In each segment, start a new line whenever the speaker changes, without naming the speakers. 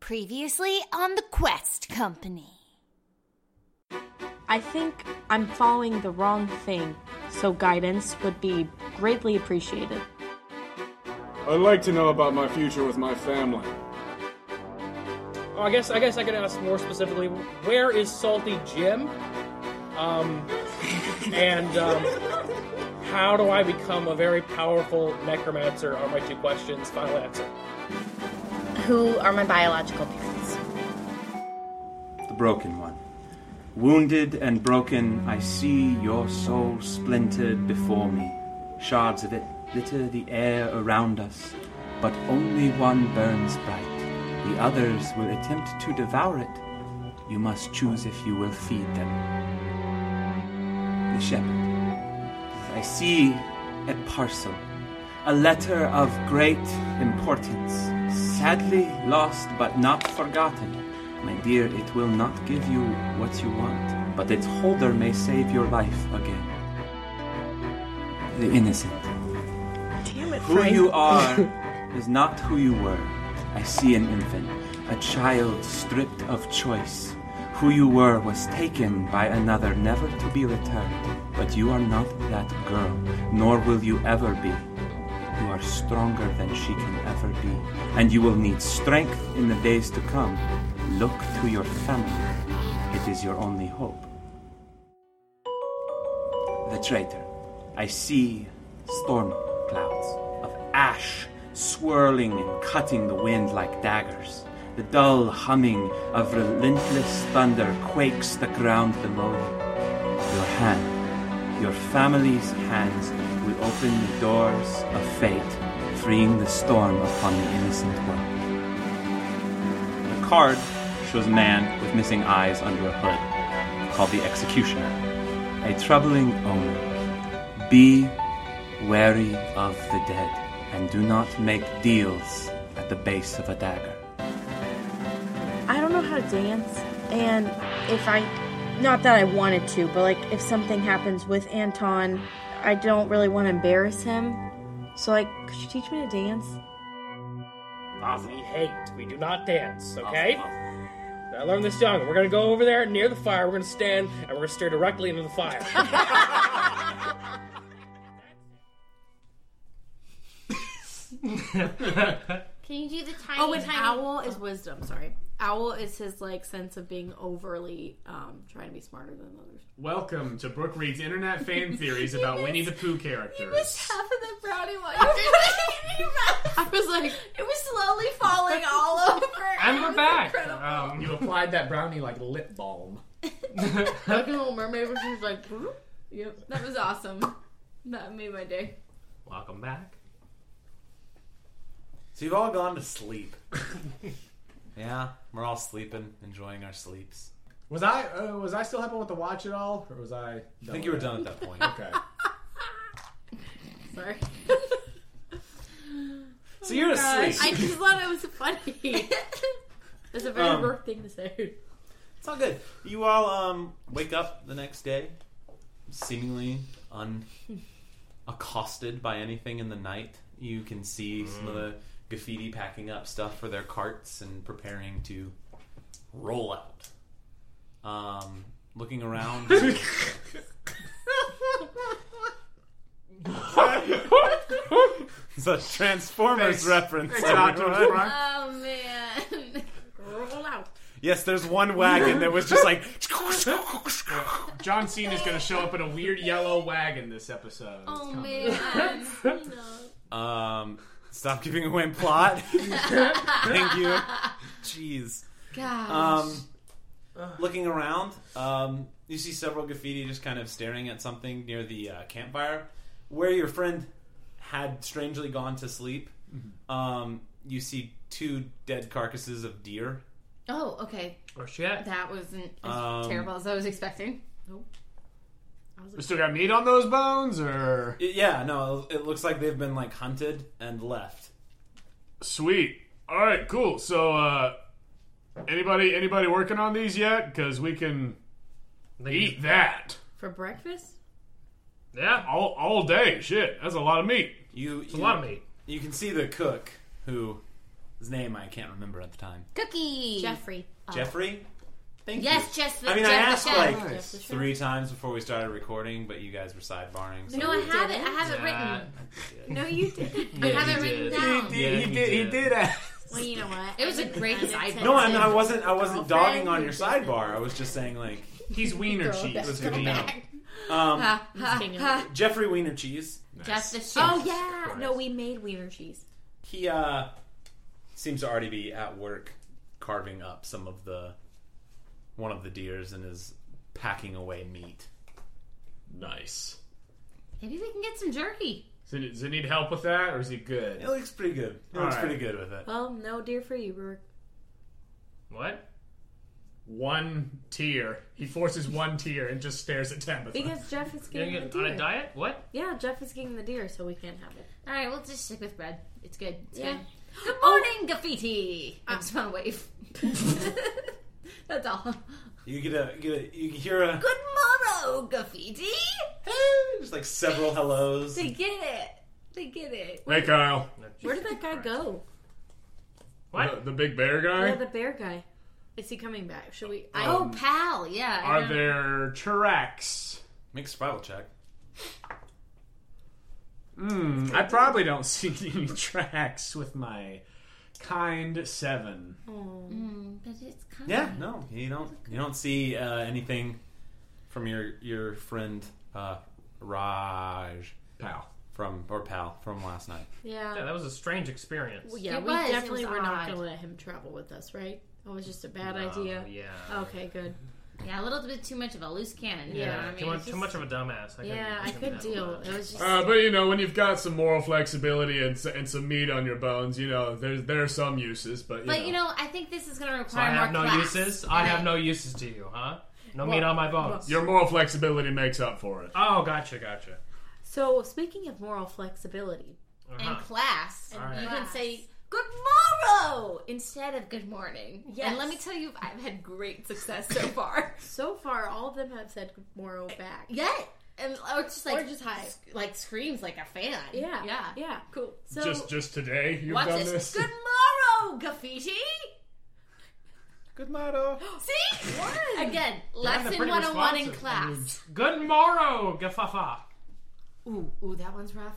Previously on the Quest Company.
I think I'm following the wrong thing, so guidance would be greatly appreciated.
I'd like to know about my future with my family.
Well, Oh, I guess I guess I could ask more specifically. Where is Salty Jim? Um, and um, how do I become a very powerful necromancer? Are my two questions. Final answer.
Who are my biological parents?
the broken one. Wounded and broken, I see your soul splintered before me. Shards of it litter the air around us, but only one burns bright. The others will attempt to devour it. You must choose if you will feed them. The shepherd. I see a parcel, a letter of great importance, sadly lost but not forgotten. My dear, it will not give you what you want, but its holder may save your life again. The innocent.
Damn it,
Who you are is not who you were. I see an infant, a child stripped of choice. Who you were was taken by another, never to be returned. But you are not that girl, nor will you ever be. You are stronger than she can ever be, and you will need strength in the days to come. Look to your family. It is your only hope. The traitor. I see storm clouds of ash swirling and cutting the wind like daggers. The dull humming of relentless thunder quakes the ground below you. Your hand, your family's hands, will open the doors of fate, freeing the storm upon the innocent world. The card shows a man with missing eyes under a hood, called the Executioner, a troubling omen. Be wary of the dead, and do not make deals at the base of a dagger.
I don't know how to dance, and if I, not that I wanted to, but like if something happens with Anton, I don't really want to embarrass him. So like, could you teach me to dance?
We hate. We do not dance. Okay. I learned this young. We're gonna go over there near the fire. We're gonna stand and we're gonna stare directly into the fire.
Can you do the tiny?
Oh, an
tiny...
owl is wisdom. Sorry, owl is his like sense of being overly um trying to be smarter than others.
Welcome to Brooke Reed's internet fan theories about Winnie the Pooh characters.
half of the brownie while you were I was like, it was slowly falling all over.
and we're back.
Incredible.
Um, you applied that brownie like lip balm.
Like a little mermaid was just like, "Whoop." yep, that was awesome. That made my day.
Welcome back.
So you've all gone to sleep. yeah, we're all sleeping, enjoying our sleeps.
Was I uh, was I still helping with the watch at all, or was I?
I think you were done at that point.
Okay.
Sorry,
So you're asleep.
I just thought it was funny. It's a very
Um,
work thing to say.
It's all good. You all um wake up the next day, seemingly unaccosted by anything in the night. You can see some of the graffiti packing up stuff for their carts and preparing to roll out. Um, looking around, it's a Transformers reference. everyone.
Oh man, roll out.
Yes, there's one wagon that was just like.
John Cena's gonna show up in a weird yellow wagon this episode. It's
Oh
coming.
man, you know.
Um, stop giving away plot. Thank you. Jeez.
Gosh.
Um, looking around, um, you see several graffiti just kind of staring at something near the uh, campfire, where your friend had strangely gone to sleep.
Mm-hmm.
Um, you see two dead carcasses of deer.
Oh, okay.
Oh shit.
That wasn't as
Um,
terrible as I was expecting.
We still got meat on those bones, or
Y- yeah, no, it looks like they've been like hunted and left.
sweet. All right, cool. So, uh, anybody anybody working on these yet? Because we can eat that
For breakfast?
yeah all all day. Shit, that's a lot of meat.
You, it's
a lot of meat.
You can see the cook who
His name I can't remember at the time.
Cookie.
Jeffrey.
Jeffrey? Thank
Oh. Yes,
you.
Jeff.
I mean, I
Jeff the
asked
Chef.
like
Nice.
Jeff the
three times before we started recording, but you guys were sidebarring. So
No, I have it. I have it
Yeah.
written.
No, you did.
Yeah,
I have
he
it written
did.
down.
He did- he did- he did
Well, you know what?
It was a great sidebar.
no, I mean, I wasn't. I wasn't
Girlfriend,
dogging on
you
your
did.
sidebar. I was just saying like,
He's wiener
Girl,
cheese.
that's
if you know.
um,
Ha, ha,
King of
ha.
Jeffrey Wiener Cheese.
Just the shit.
Oh yeah. No, we made wiener cheese.
He uh, seems to already be at work carving up some of the one of the deers and is packing away meat.
Nice.
Maybe we can get some jerky.
Does it, does it need help with that, or is he
It
good?
looks pretty good. It looks
Alright.
pretty good with it.
Well, no deer for you, Rourke.
What? One tear. He forces one tear and just stares at Tabitha.
Because Jeff is
You're
getting
gonna
the
get on a
deer.
diet? What?
Yeah, Jeff is getting the deer, so we can't have it.
All right, we'll just stick with bread. It's good. It's
Yeah.
good. Oh. Good morning, graffiti. I just want to wave. That's all.
You get a, you get a you hear a
Good morrow, graffiti.
just like several hellos.
They get it. They get it.
hey, Kyle.
Where did that guy go?
What?
The, the big bear guy.
Yeah, the bear guy. Is he coming back? Should we?
Um,
I,
Oh, pal. Yeah. I
Are
don't-
there tracks?
Make a survival check.
Hmm. I probably don't see any tracks with my kind seven. Hmm,
Mm, but it's kind
Yeah, no, you don't. You don't see uh, anything from your your friend uh, Raj
Pal.
from or pal from last night.
Yeah,
yeah.
that was a strange experience.
Well, yeah,
It
we
was, it
definitely
was
were not
odd.
going to let him travel with us, right? That was just a bad
Oh,
idea.
Yeah.
Okay, good.
Yeah, a little bit too much of a loose cannon. You know what
Yeah.
I mean?
Too much.
It's
Too
just-
much of a dumbass. couldn't-
Yeah, I
couldn't
could deal.
handle
It
that.
was just.
Uh, but you know, when you've got some moral flexibility and, s- and some meat on your bones, you know, there's there are some uses, but you
But
know.
you know, I think this is going to
So I
require
have
more
no
class.
uses. I have no uses to you, huh? No meat on my bones.
your moral flexibility makes up for it.
Oh, gotcha, gotcha.
So speaking of moral flexibility,
Uh-huh.
And class.
All right.
You can say
Class.
good morrow instead of good morning.
Yes.
And let me tell you, I've had great success so far.
so far all of them have said moral back.
yeah. And or just like
Or just hi.
sc- like screams like a fan.
Yeah,
Yeah.
yeah. Cool. So
just just today, you've
Watch
done
this.
this.
Good morrow, graffiti.
Good uh. motto.
See? Again,
Yeah, they're
lesson
pretty
101 in
responsive. I mean,
class.
Good morrow, Gafafa.
Ooh, ooh, that one's rough.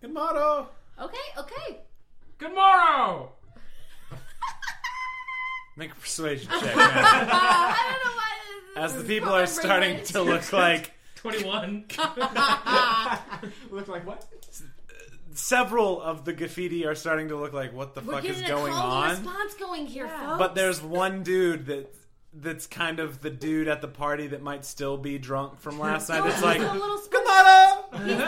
Good uh. motto.
Okay, okay.
Good morrow.
Make a persuasion check. man.
Uh, I don't know why this
As the people are starting to look like
Twenty-one.
Look like what?
several of the graffiti are starting to look like what the
We're
fuck is
getting
going
a call
on.
and response going here, folks.
But there's one dude that that's kind of the dude at the party that might still be drunk from last night. It's like
a little
good motto.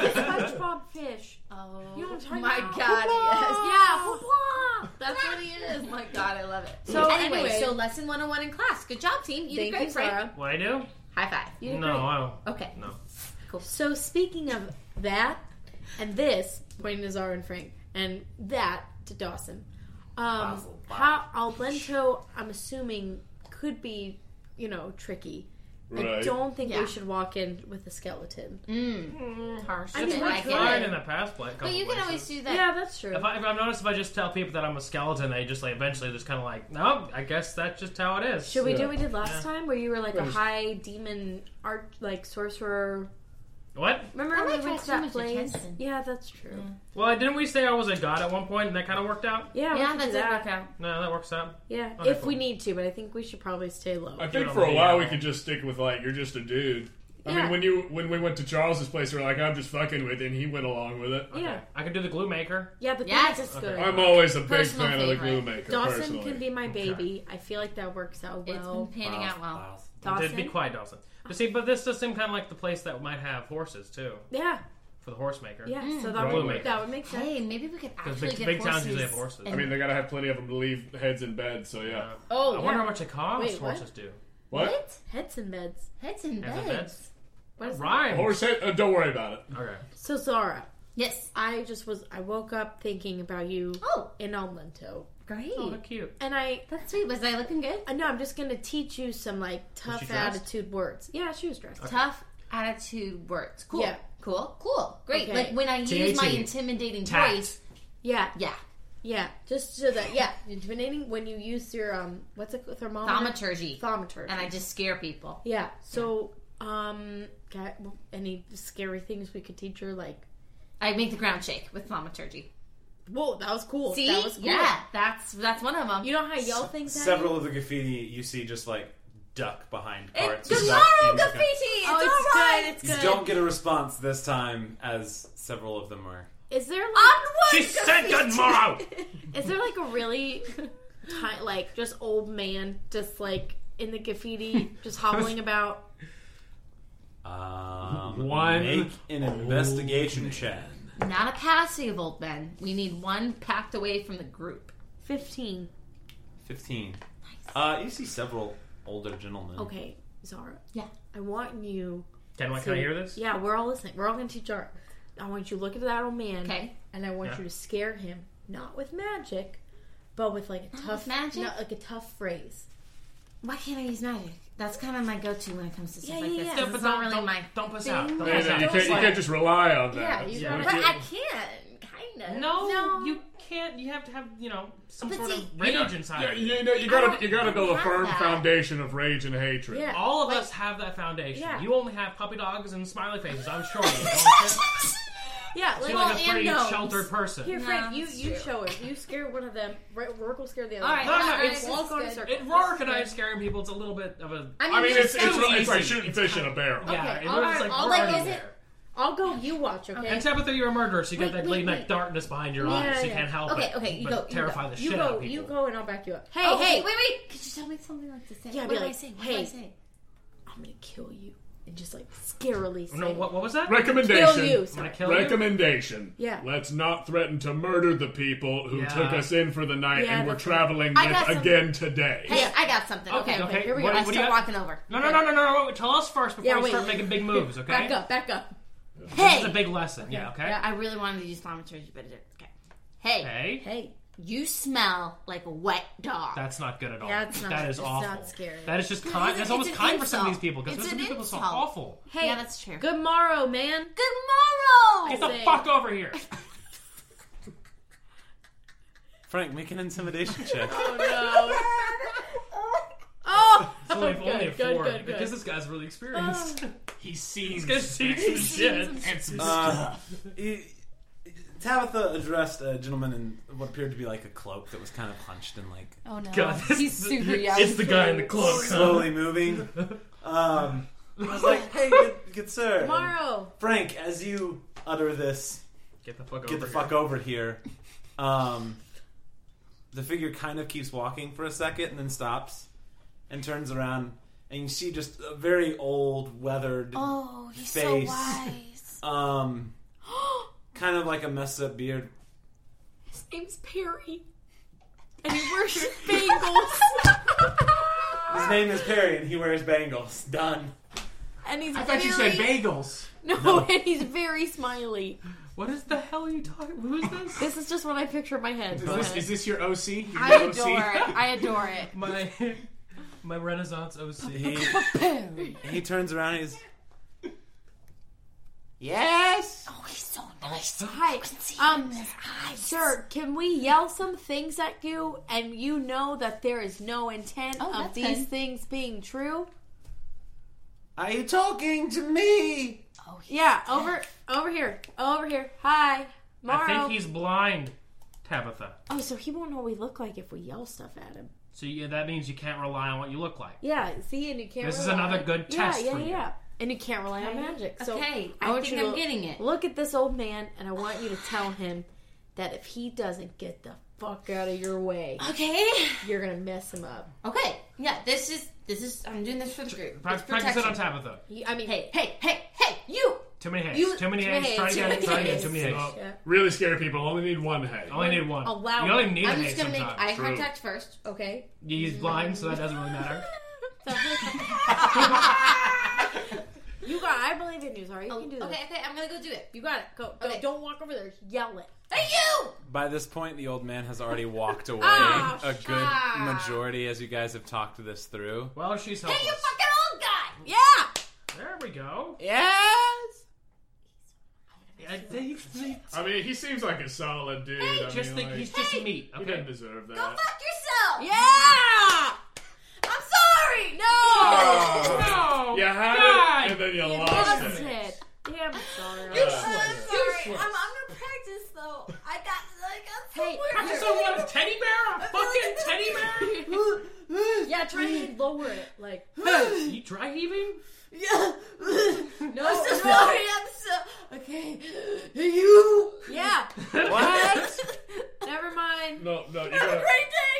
SpongeBob fish.
Oh
You know what I'm talking
my
about.
god, yes.
Yeah. whoop-wah.
That's what he is. My god, I love it.
So
anyway,
anyway,
so lesson 101 in class. Good job, team. You did
Thank
great,
you,
Frank.
Sarah.
What I do?
High five.
You
No,
did great.
I don't.
Okay.
No.
So speaking of that and this, pointing to Zara and Frank, and that to Dawson. Um,
Basil,
how Alblento, I'm assuming, could be, you know, tricky. I
Right.
don't think
Yeah.
we should walk in with a skeleton.
Harsh.
I mean,
but
we're
Mm. I get
Tried
it.
in the past, like, a couple
But you can
places.
always do that.
Yeah, that's true.
If, I, if I've noticed, if I just tell people that I'm a skeleton, they just like eventually just kind of like, no, I guess that's just how it is.
Should we
Yeah.
do what we did last
Yeah.
time, where you were like a
Yes.
high demon art, like sorcerer?
What?
Remember
I
when
might
we went to
try
that
too much
place?
attention.
Yeah, that's true.
Well, didn't we say I was a god at one point, and that kind of worked out?
Yeah, we
Yeah,
could
that
do
did
that.
work out.
No, that works out.
Yeah,
Okay,
if we
cool.
need to, but I think we should probably stay low.
I
Give
think
it
for
a
a while we
layout.
could just stick with like you're just a dude. I
Yeah.
mean, when you when we went to Charles's place, we were like, I'm just fucking with, it, and he went along with it.
Yeah,
I could do the glue maker.
yeah, but
Yes.
that's
Okay.
good.
I'm always a big
Personal
fan of the glue
favorite.
maker.
Dawson
personally.
can be my baby. I feel like that works out
It's
well.
been panning out well.
Dawson,
Did be quiet, Dawson. But see, but this does seem kind of like the place that might have horses too
yeah,
for the horse maker.
yeah. So that
Right. Glue
would
maker.
that would make sense.
Mm. Hey, maybe we could
Because
actually
big,
get
big
horses.
towns usually have horses.
I mean, they gotta have plenty of them to leave heads in bed. So yeah.
oh, I
yeah.
wonder how much it costs.
Wait, what?
horses do.
What?
What?
Heads and beds.
Heads in
Heads
beds.
and beds?
What is that?
Rhymes.
Horse head? Uh, don't worry about it.
Okay.
So Zara,
Yes.
I just was I woke up thinking about you
Oh,
in Almento,
great.
Oh, how cute.
and I
That's sweet. Was I looking good?
I know I'm just gonna teach you some like
she
tough
dressed?
attitude words. Yeah, she was dressed.
Tough attitude words. Cool.
Yeah.
Cool. Cool. Great.
Okay.
Like when I use my
E. TAT.
intimidating
Tat.
voice.
Yeah,
Yeah.
Yeah, just so that yeah, intimidating when you use your um, what's it thermometer?
Thaumaturgy.
Thaumaturgy.
And I just scare people.
yeah. So um, got, any scary things we could teach her? Like,
I make the ground shake with thaumaturgy.
whoa, that was cool.
See,
that was cool.
yeah, that's that's one of them.
You know how I yell things at
Several of the graffiti you see just like duck behind carts.
Good
stuck
morrow,
in the-
graffiti. It's
Oh, it's
all right.
good,
You don't get a response this time, as several of them are.
Is there like
Onward, graffiti.
morrow!
is there like a really ti- like just old man just like in the graffiti just hobbling about?
Um,
One
Make an investigation check.
Not a passive old man. We need one packed away from the group.
Fifteen.
Fifteen. Uh, you see several older gentlemen.
Okay, Zara.
Yeah.
I want you.
Can, I-
to-
can I hear this?
Yeah, we're all listening. We're all going to teach Zara. I want you to look at that old man.
Okay.
And I want
Yeah.
you to scare him, not with magic, but with like a
Not
tough
with magic?
no, like a tough phrase.
Why can't I use magic? That's kind of my go-to when it comes to stuff
Yeah,
like
yeah,
this.
yeah.
This
Don't
is not really my.
Don't pass out. Don't
Thing
Hey,
pass
no,
out.
you, can't, you can't just rely on that.
you
yeah.
gotta-
But I can, kind of.
No,
No.
you can't. You have to have you know some
But
sort
see-
of rage
Yeah,
inside.
yeah,
of you.
you, know, you
I don't-
gotta you gotta
I don't
build a
have
firm
that.
foundation of rage and hatred.
Yeah.
All of us have that foundation.
Yeah.
You only have puppy dogs and smiley faces. I'm sure. You don't you?
Yeah, like
You're like
Well,
a
and
pretty
gnomes.
sheltered person.
here,
No,
Frank, you
that's
you
true.
show it. You scare one of them. Right, Rourke will scare the other.
All right,
one.
no,
all right,
it's
this
all
is
going
good.
circle.
It, Rourke and I scaring people. It's a little bit of a.
I
I mean, it's,
it's,
it's,
so
it's like
easy.
shooting fish in a barrel.
yeah,
okay,
it
all
was
right,
like
all
we're
like,
already
is it-
there.
I'll go. You watch, okay?
And Tabitha, you're a murderer, so you
Wait,
got that
wait,
late
wait.
night darkness behind your
Yeah,
eyes. so you
yeah.
can't help
Okay,
it.
okay, you
but
go, you go.
terrify the
you
shit out
go.
of people.
You go, and I'll back you up. Hey,
Oh,
hey,
okay, wait, wait. Could you tell me something like this?
Yeah,
what
be
do I
like,
say? What do I
hey.
say?
I'm gonna kill you, and just like scarily. Say,
No, what, what was that?
Recommendation.
Kill you.
I'm gonna
Sorry.
kill you.
Recommendation.
Yeah.
Let's not threaten to murder the people who
Yeah.
took us in for the night
Yeah,
and we're
that's
traveling
I got
with
some-
again today.
Hey, I got something. Okay,
Okay, okay.
here we
what,
go.
I
what do you
start
got?
walking over.
No, no, no, no, no, no. Tell us first before
Yeah,
you
wait.
start making big moves, okay?
Back up. Back up.
This is a
Hey,
big lesson. Yeah, okay.
I really wanted to use thaumaturgy, but it didn't. Okay. Hey,
Hey,
Hey.
you smell like a wet dog.
that's not good at all.
That's not-
That is
it's
awful.
not scary.
That is just kind.
it's-
That's
it's
almost
an
kind for some of these
insult.
people because
It's
some
an
people are so
insult.
awful.
Hey.
yeah, that's true.
Good morrow, man.
Good morrow.
Get the
Say-
fuck over here.
Frank, make an intimidation check.
Oh,
It's only, only a
good, good,
four
good, good.
because this Ah. guy's really experienced.
He seems
He's gonna see some shit.
Uh, you- Tabitha addressed a gentleman in what appeared to be like a cloak that was kind of hunched and like
Oh no,
God, this-
he's super young.
It's the guy in the cloak. huh?
slowly moving. Um, I was like, "Hey, good, good sir." And
tomorrow.
Frank, as you utter this,
Get the fuck over.
get the fuck over here. Um, the figure kind of keeps walking for a second and then stops and turns around, and you see just a very old, weathered,
Oh, he's
Face.
so wise.
um, kind of like a messed up beard.
His name's Perry, and he wears bagels,
His name is Perry, and he wears bangles. Done.
and he's
I thought you said bagels.
no, and he's very smiley.
What is the hell are you talking? Who is this?
This is just what I picture in my head. Go ahead.
this your OC? Your
I adore it. I adore it.
my my Renaissance OC.
He, he turns around. and He's yes.
Oh, he's so nice.
Hi,
See him
um,
in his eyes.
sir, can we yell some things at you, and you know that there is no intent
Oh,
of
that's
these
good.
things being true?
Are you talking to me?
Yeah, over, over here, over here. Hi, Morrow.
I think he's blind, Tabitha.
oh, so he won't know what we look like if we yell stuff at him.
So yeah, that means you can't rely on what you look like.
Yeah, see, and you can't.
This is
rely-
another good
yeah,
test
Yeah,
for
yeah,
you.
And you can't rely on magic. So
okay,
I
I,
want
think
you to
I'm getting it.
Look at this old man, and I want you to tell him that if he doesn't get the fuck out of your way,
Okay,
you're gonna mess him up.
okay, yeah. This is this is. I'm doing this for the group.
Pra-
It's
practice it on
protection.
Tabitha.
You- I mean,
Hey, hey, hey, hey, you.
Too many hands.
You-
too many
too
hands.
many
Try
hands,
again.
too
Try
many
again. Too many
hands.
hands.
Yeah.
Really scary people only need one head.
I only need one.
Allow
You only
one.
need a
I'm
hand
just gonna make
sometimes.
eye
True.
contact first.
okay.
He's blind, so that doesn't really matter.
You got. I believe in you. Sorry, you
Oh,
can do
okay,
this.
okay, I'm gonna go do it.
You got it. Go. go.
Okay.
Don't walk over there. Yell it.
Hey, you.
By this point, the old man has already walked away
Ah,
a
shut
good majority as you guys have talked this through.
Well, she's
Hey, you
helpless.
fucking old guy.
Yeah.
There we go.
Yes.
Yeah, I, they, they,
I mean, he seems like a solid dude. I
just
mean,
think
like,
he's just meat.
He
Okay.
didn't deserve that.
Fuck yourself!
Yeah!
I'm sorry! No!
Oh,
No!
You had
God!
it, and then you,
You
lost,
lost
it.
it. Damn, sorry.
You
I'm sorry. I'm, I'm
Useless.
gonna practice though. I got like I'm
Hey,
somewhere.
Practice on what? A teddy bear? A fucking teddy bear?
Yeah, try to lower it. Like,
you dry heaving?
no.
I'm so
no.
sorry. I'm so okay. You.
Yeah.
What?
Never mind.
No, no, you
Have a
gotta.
great day,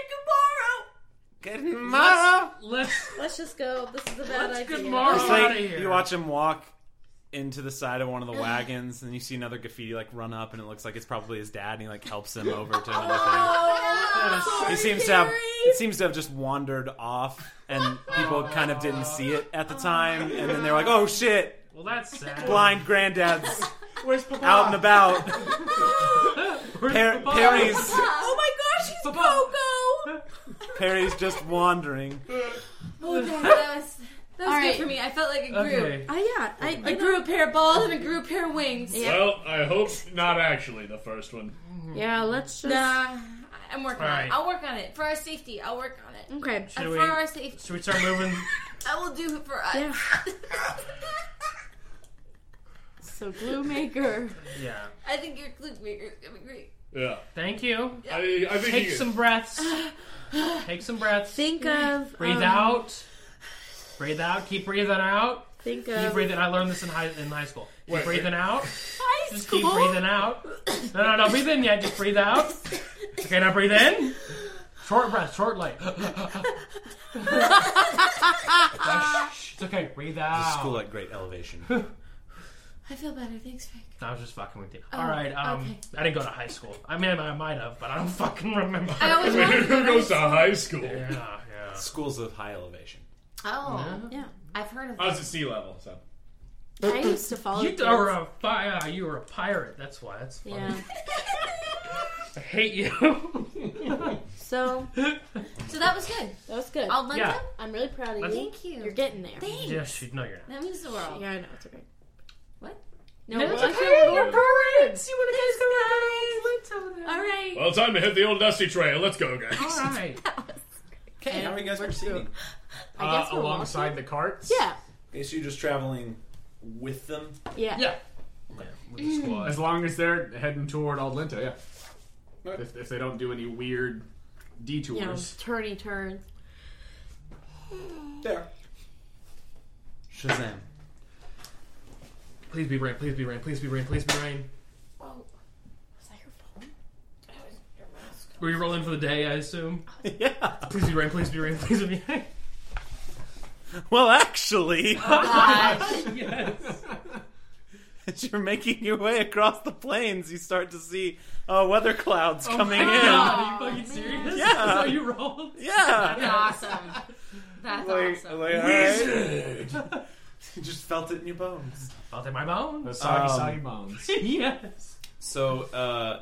Good morrow.
Let's
Let's just go. This is a bad
Let's
idea.
get Mara
It's
out
like
of here.
you watch him walk into the side of one of the wagons, and you see another graffiti like run up, and it looks like it's probably his dad, and he like helps him over to
Oh,
another
Gamora.
thing. He seems to have it seems to have just wandered off, and people kind of didn't see it at the time, and then they're like, "Oh shit,
Well, that's sad.
blind granddad's
Where's Papa?
out and about."
Where's
Per-
Papa?
Perry's
Oh my gosh, he's
Papa.
Perry's just wandering.
Oh, That was, that was
All
good
right.
for me. I felt like it grew.
Okay.
Oh yeah, I,
I
I
grew a pair of balls and I grew a pair of wings.
Yeah.
Well, I hope not actually the first one.
yeah. Let's just
Nah, I'm working on
Alright.
it. I'll work on it. For our safety, I'll work on it.
okay.
Should
Uh,
we,
for our safety.
should we start moving?
I will do it for us.
Yeah. So glue maker.
yeah.
I think your glue maker is gonna be great.
Yeah.
Thank you.
I, I think
Take
you-
some breaths. Take some breaths.
Think of
Breathe
um,
out. Breathe out. Keep breathing out.
Think
Keep
Um,
of
breathing. I learned this in high in high school. Keep
Wait,
breathing out.
High
Just keep breathing out. No, no, no. Breathe in yet. Just breathe out. Okay, now breathe in. Short breath. Short light. it's okay. Breathe out.
School at great elevation.
I feel better. Thanks, Frank.
I was just fucking with you. All right. Um,
Oh, okay.
I didn't go to high school. I mean, I might have, but I don't fucking remember.
I always
Wait,
wanted to
who
go
goes
to
to high school?
yeah, yeah.
Schools of high elevation.
Oh, yeah. I've heard of
I
Uh,
that.
was at sea level, so.
I used to follow
You
kids.
are a fire. You were a pirate. That's why. That's funny.
yeah.
I hate you.
So
So that was good.
that was good.
I'll lend
Yeah.
them.
I'm really proud of
Let's-
you.
Thank you.
You're getting there.
Thanks.
yeah, shoot. No, you're not.
That means the world.
Yeah, I know it's okay.
What?
No,
it's
well, I
okay,
feel-
you're
Pirates! You want to go to the All right.
Well, time to hit the old dusty trail. Let's go, guys.
All right.
Okay, how are you guys
Uh,
proceeding?
I guess we're
alongside the carts.
yeah,
Okay, so you're just traveling with them.
yeah.
Yeah. With the squad.
As long as they're heading toward Old Linta, yeah. If, if they don't do any weird
You know,
detours.
turny turns.
There. Shazam.
Please be rain. Please be rain. Please be rain. Please be rain. Were you rolling for the day? I assume.
Yeah.
Please be rain. Please be rain. Please be rain.
Well, actually,
yes.
as you're making your way across the plains, you start to see uh, weather clouds coming in.
God, are you fucking serious?
Oh, Yeah.
That's how you rolled.
Yeah.
That's awesome. That's
Like,
awesome.
like, all right. You just felt it in your bones.
Felt in my bones.
soggy, soggy
bones.
yes.
So, uh,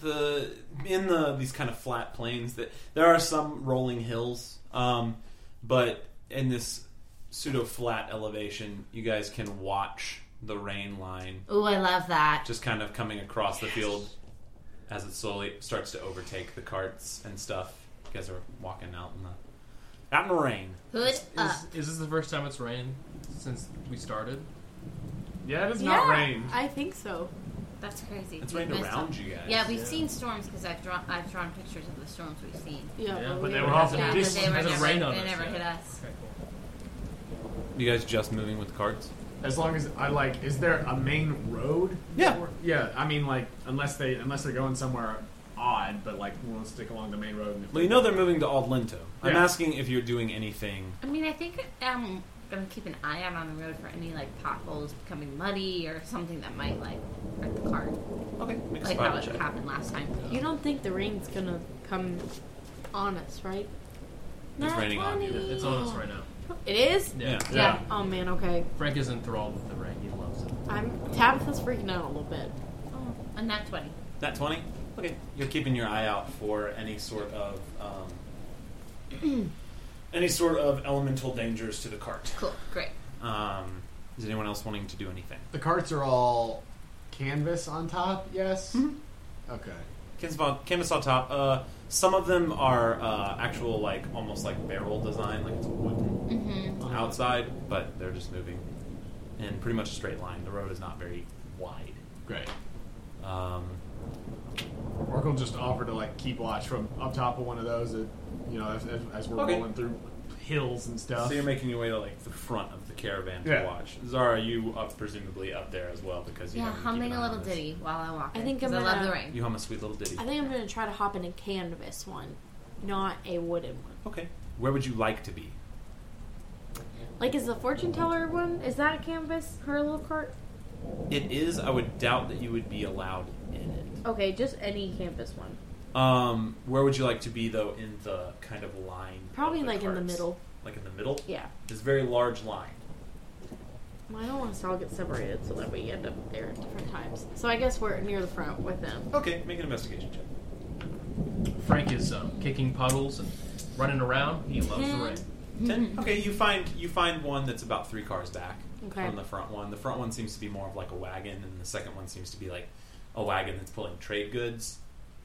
the in the these kind of flat plains that there are some rolling hills, um, but in this pseudo flat elevation, you guys can watch the rain line
Ooh, I love that.
just kind of coming across the field as it slowly starts to overtake the carts and stuff. You guys are walking out in the out in the rain.
Hood up.
Uh.
Is, is this the first time it's rained since we started?
Yeah, it is not
Yeah,
rain.
I think so.
That's crazy.
It's
We
rained
missed
around
them.
you guys.
Yeah, we've seen storms because I've drawn I've drawn pictures of the storms we've seen.
Yeah,
Yeah,
well,
but
we
they
are
were off
definitely-
in
Yeah,
the
but they
distance.
were
Hasn't
never,
rained on
they
us
never
yet.
hit us.
Okay, cool.
You guys just moving with the carts?
As long as I like, is there a main road?
Yeah.
Yeah. I mean, like, unless they unless they're going somewhere odd, but like, we'll stick along the main road. And if
Well, you know they're moving to Aldlinto. I'm
Yeah.
asking if you're doing anything.
I mean, I think I'm gonna keep an eye out on the road for any like potholes becoming muddy or something that might like wreck the cart,
Okay, make a
like how
spot
it
check.
happened last time.
You don't think the rain's gonna come on us, right?
It's raining on you.
It's on us right now.
It is.
Yeah.
Yeah.
Oh man, okay.
Frank is enthralled with the rain. He loves it.
I'm Tabitha's freaking out a little bit.
Oh, a nat twenty.
That 20? Okay. You're keeping your eye out for any sort of. Um, any sort of elemental dangers to the cart.
Cool, great.
Um, is anyone else wanting to do anything?
The carts are all canvas on top, yes? Okay.
Mm-hmm. Canvas on, canvas on top. Uh, some of them are uh, actual, like almost like barrel design, like it's wooden
Mhm.
outside, but they're just moving in pretty much a straight line. The road is not very wide.
Great.
Um,
Oracle just offered to like keep watch from up top of one of those, that, you know, as, as, as we're
Okay.
rolling through hills and stuff.
So you're making your way to like the front of the caravan
Yeah.
to watch. Zara, you up presumably up there as well because you
Yeah,
have to keep
humming
an
a
eye
little
on this.
ditty while I walk.
I
it,
think I'm
'cause I love
gonna-
the ring.
You hum a sweet little ditty.
I think I'm gonna try to hop in a canvas one, not a wooden one.
Okay. Where would you like to be?
Like, is the fortune teller one? Is that a canvas? Her little cart?
It is. I would doubt that you would be allowed in it.
Okay, just any canvas one.
Um, where would you like to be though in the kind of line? of
Probably,
the
like, in the
carts?
middle.
Like in the middle?
Yeah.
It's a very large line.
Well, I don't want us to all get separated so that we end up there at different times. So I guess we're near the front with them.
Okay, make an investigation check.
Frank is um, kicking puddles and running around. He loves the ring.
Ten. Okay, you find you find one that's about three cars back
Okay.
from the front one. The front one seems to be more of like a wagon, and the second one seems to be like a wagon that's pulling trade goods.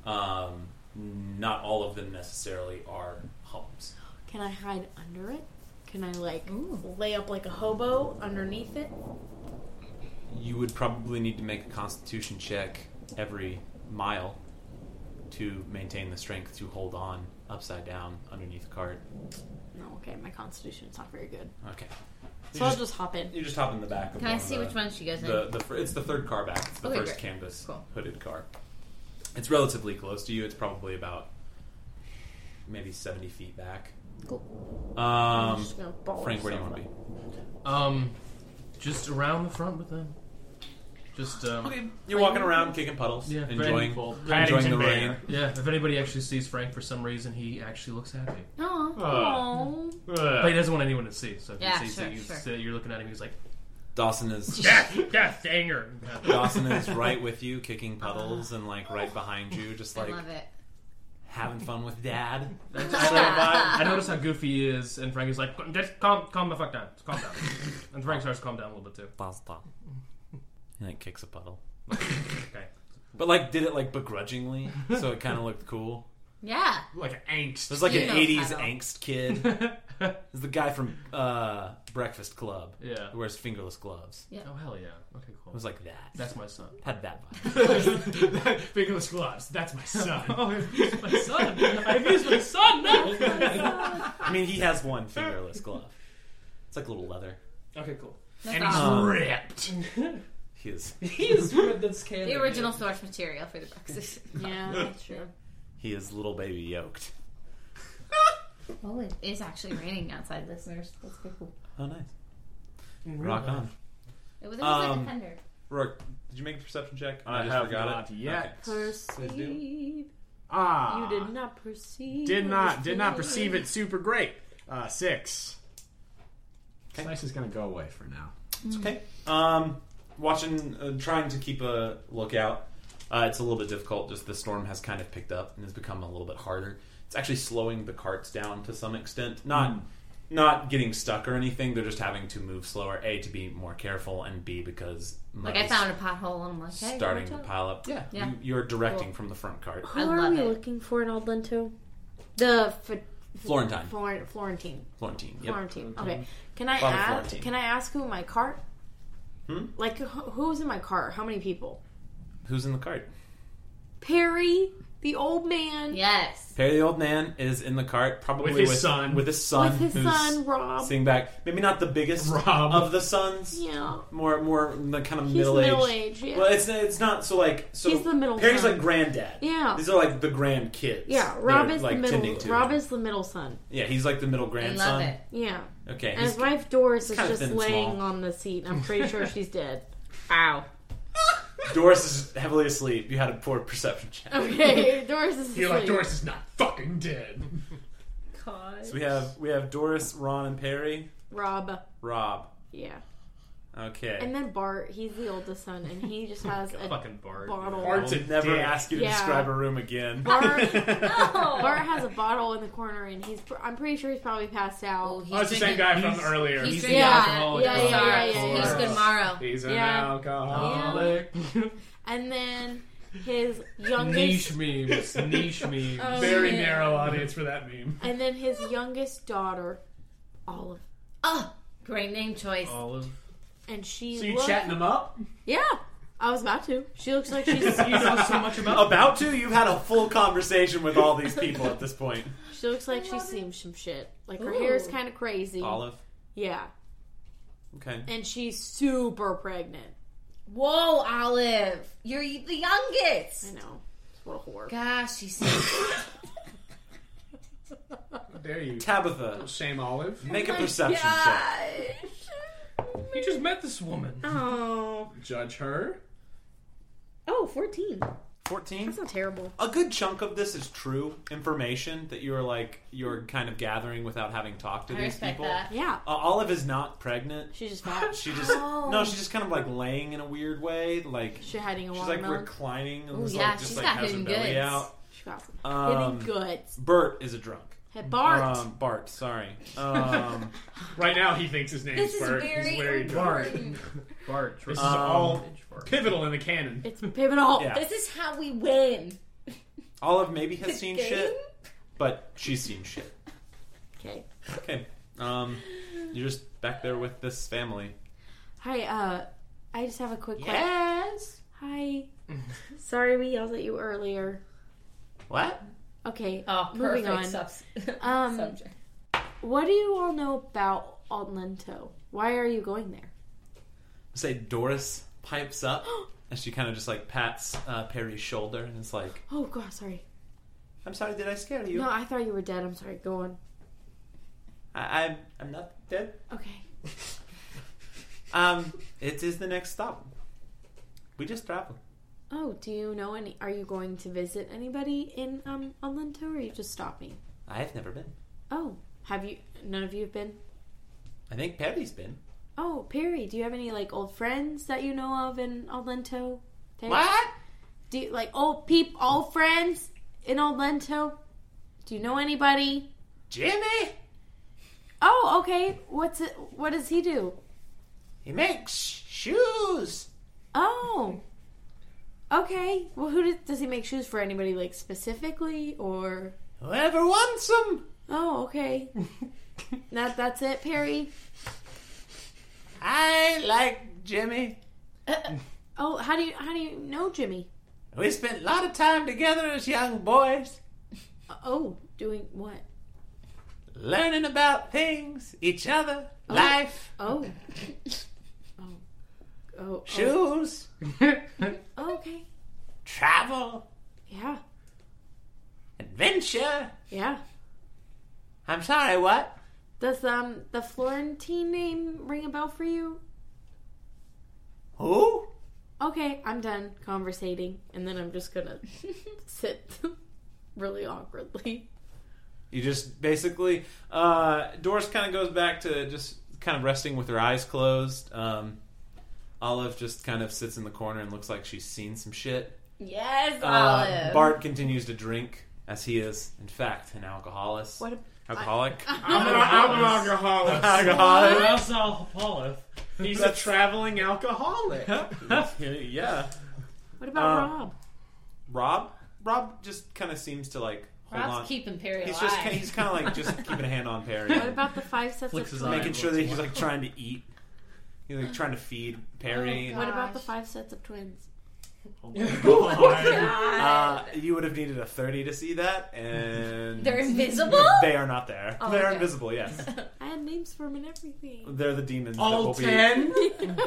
Um, not all of them necessarily are homes.
Can I hide under it? Can I like lay up like a hobo underneath it?
You would probably need to make a Constitution check every mile to maintain the strength to hold on upside down underneath a cart.
No, okay, my constitution's not very good.
Okay.
So I'll just hop in.
You just hop in the back. Of
Can I
one of
see
the-
which one she goes in?
the, The, fir- it's the third car back. It's the
Okay,
first
great.
canvas
Cool.
hooded car. It's relatively close to you. It's probably about maybe seventy feet back.
Cool.
Um,
just gonna ball
Frank, where do you
myself
want to be?
Um, just around the front with them. Just um,
okay. You're walking around, kicking puddles,
Yeah, very
enjoying,
helpful.
enjoying the rain.
Yeah, if anybody actually sees Frank for some reason, he actually looks happy.
Aw.
Uh,
Aw.
But he doesn't want anyone to see. So if
Yeah,
he sees
sure,
that you,
sure.
that you're looking at him, he's like,
Dawson is
"Yes, yes, dang her."
Dawson is right with you, kicking puddles, and like
Oh.
right behind you, just like
I love it.
having fun with dad.
That's
Sort of vibe.
I notice how goofy he is, and Frank is like, "Just calm, calm the fuck down, Just calm down." and Frank starts to calm down a little bit too.
Pasta. And it kicks a puddle.
okay.
But like, did it like begrudgingly, so it kind of looked cool.
Yeah.
Like angst.
There's like
You
an
know
'80s
puddle.
angst kid. There's the guy from uh, Breakfast Club.
Yeah.
who wears fingerless gloves.
Yeah.
Oh hell yeah. Okay, cool.
It was like that.
That's my son.
Had that vibe.
Fingerless gloves. That's my son.
oh, it's my son. I've used my son. No.
I mean, he has one fingerless glove. It's like a little leather.
okay, cool.
That's And he's awesome.
ripped.
he is.
He is ripped. That's canon.
The original source material for the boxes.
yeah, that's true.
He is little baby yoked.
Well, it is actually raining outside, listeners. That's pretty cool.
Oh, nice.
real
Rock
life.
on.
It was, it was
Um,
like a hundred.
Rourke, did you make a perception check?
I
just
have
forgot
not
it.
yet.
Perceive.
Ah.
You did not perceive.
Did not did not perceive it super great. Uh, six. Slice is gonna go away for now.
It's okay. Um, watching, uh, trying to keep a lookout. Uh, it's a little bit difficult. Just the storm has kind of picked up and has become a little bit harder. It's actually slowing the carts down to some extent. Not,
Hmm.
not getting stuck or anything. They're just having to move slower. A to be more careful, and B because mud
Like I
is
found a pothole and I'm like, hey,
starting to
watch out.
pile up. Yeah,
Yeah.
You, you're directing
Cool.
from the front cart.
Who
I
are
love
we
it.
looking for in Old Lento? The fa-
Florentine.
Flor- Florentine.
Florentine. Yep.
Florentine.
Mm-hmm.
Okay. Can I
Father
ask?
Florentine.
Can I ask who in my cart?
Hmm?
Like wh- who's in my cart? How many people?
Who's in the cart?
Perry, the old man.
Yes.
Perry the old man is in the cart, probably
With his son.
With his son,
With his
who's
son, Rob.
sitting back. Maybe not the biggest
Rob.
of the sons.
Yeah.
More, more the kind of
He's
middle age.
middle-aged, yeah.
Well, it's it's not so like so.
He's the middle
Perry's
son.
like granddad.
Yeah.
These are like the grand kids.
Yeah.
that
Rob
are,
is
like
the middle.
tending to
Rob
him.
is the middle son.
Yeah, he's like the middle
I love
grandson.
it.
Yeah.
Okay.
And
he's-
his wife Doris is
kind of
just
thin and
laying
small.
on the seat. I'm pretty sure she's dead. Ow.
Doris is heavily asleep. You had a poor perception check.
Okay. Doris is.
You're like
asleep.
Doris is not fucking dead.
God.
So we have we have Doris, Ron, and Perry.
Rob.
Rob.
Yeah.
Okay.
And then Bart, he's the oldest son, and he
Oh
just has a
Fucking Bart.
bottle.
Bart's a I'll never dick. ask you to describe a room again.
Bart,
No.
Bart has a bottle in the corner, and he's. pr- I'm pretty sure he's probably passed out. Oh,
he's it's the same drinking- guy from he's- earlier. he's He's the drinking-
yeah, yeah,
alcoholic
yeah, yeah, yeah,
guy.
yeah,
He's
yeah.
good morrow. He's an
Yeah.
alcoholic.
Yeah. and then his youngest
Niche memes. Niche memes.
Oh,
Very
yeah.
narrow audience for that meme.
And then his youngest daughter, Olive. Oh, great name choice.
Olive.
And she.
So you
looked-
chatting them up?
Yeah, I was about to. She looks like she's.
about to. You've had a full conversation with all these people at this point.
She looks like she's seen some shit. Like her hair is
Ooh.
kind of crazy.
Olive.
Yeah,
Okay.
and she's super pregnant.
Whoa, Olive. You're the youngest.
I know. What a whore.
Gosh, she's so.
There you
Tabitha.
Shame Olive.
Make a
Oh
perception check.
You just met this woman.
Oh.
Judge her.
Oh, 14.
14? That's
not terrible.
A good chunk of this is true information that you're like you're kind of gathering without having talked to
I
these
respect
people.
that. Yeah.
Uh, Olive is not pregnant.
She's just fat.
She just no. She's just kind of like laying in a weird way. Like
She's hiding a
she's like
watermelon.
reclining. And
Ooh,
is,
yeah,
like, just
she's
like
got
has her
hidden
belly
goods.
out.
She got some
Um,
hidden goods.
Bert is a drunk.
Hey, Bart.
Um, Bart. Sorry. Um,
right now he thinks his
name
This is Bert. He's very very drunk.
Bart.
This
Um,
is all pivotal in the canon.
It's pivotal.
Yeah.
This is how we win.
Olive maybe has
This
seen
game?
shit, but she's seen shit.
Okay.
Okay. Um, you're just back there with this family.
Hi, uh, I just have a quick
Yes.
question. Hi. Sorry we yelled at you earlier.
What?
Okay.
Oh,
moving on.
perfect subs-
um,
subject.
What do you all know about Atlanta? Why are you going there?
Say Doris pipes up, and she kind of just like pats uh, Perry's shoulder and is like,
Oh, God, sorry.
I'm sorry, did I scare you?
No, I thought you were dead. I'm sorry. Go on.
I- "I'm I'm not dead.
Okay.
Um, it is the next stop. We just travel.
Oh, do you know any? Are you going to visit anybody in um Atlanta, or are you just stopping?
I've never been.
Oh, have you? None of you have been.
I think Perry's been.
Oh, Perry, do you have any like old friends that you know of in Atlanta? Perry?
What?
Do you, like old peep, old friends in Atlanta? Do you know anybody?
Jimmy,
Oh, okay. What's it? What does he do?
he makes shoes.
Oh. Okay. Well, who does, does he make shoes for? Anybody like specifically or
whoever wants them?
Oh, okay. that that's it, Perry.
I like Jimmy.
oh, how do you how do you know Jimmy?
We spent a lot of time together as young boys,
Oh, doing what?
learning about things, each other, life,
Oh. oh. Oh.
shoes,
Oh, okay.
travel,
Yeah.
adventure.
Yeah.
I'm sorry, what?
Does um the Florentine name ring a bell for you?
Who?
Okay, I'm done conversating, and then I'm just gonna sit really awkwardly.
You just basically, uh, Doris kind of goes back to just kind of resting with her eyes closed. Um, Olive just kind of sits in the corner and looks like she's seen some shit.
Yes,
Uh,
Olive.
Bart continues to drink, as he is, in fact, an alcoholic.
What a-
alcoholic.
I'm an, I'm an alcoholic.
Alcoholic.
That's alcoholic.
He's a traveling alcoholic.
yeah.
What
about
Rob?
Rob? Rob just kind of seems to like hold
Rob's
on.
keeping Perry
He's
alive.
just he's kind of like just keeping a hand on Perry.
What about the five sets
Flicks
of
his
twins?
making sure that he's like trying to eat. He's like trying to feed Perry.
What about the five sets of twins?
Uh, you would have needed a 30 to see that, and.
They're invisible?
They are not there.
Oh,
they are
okay.
invisible, yes.
I had names for them and everything.
They're the demons.
All
that will be-
10?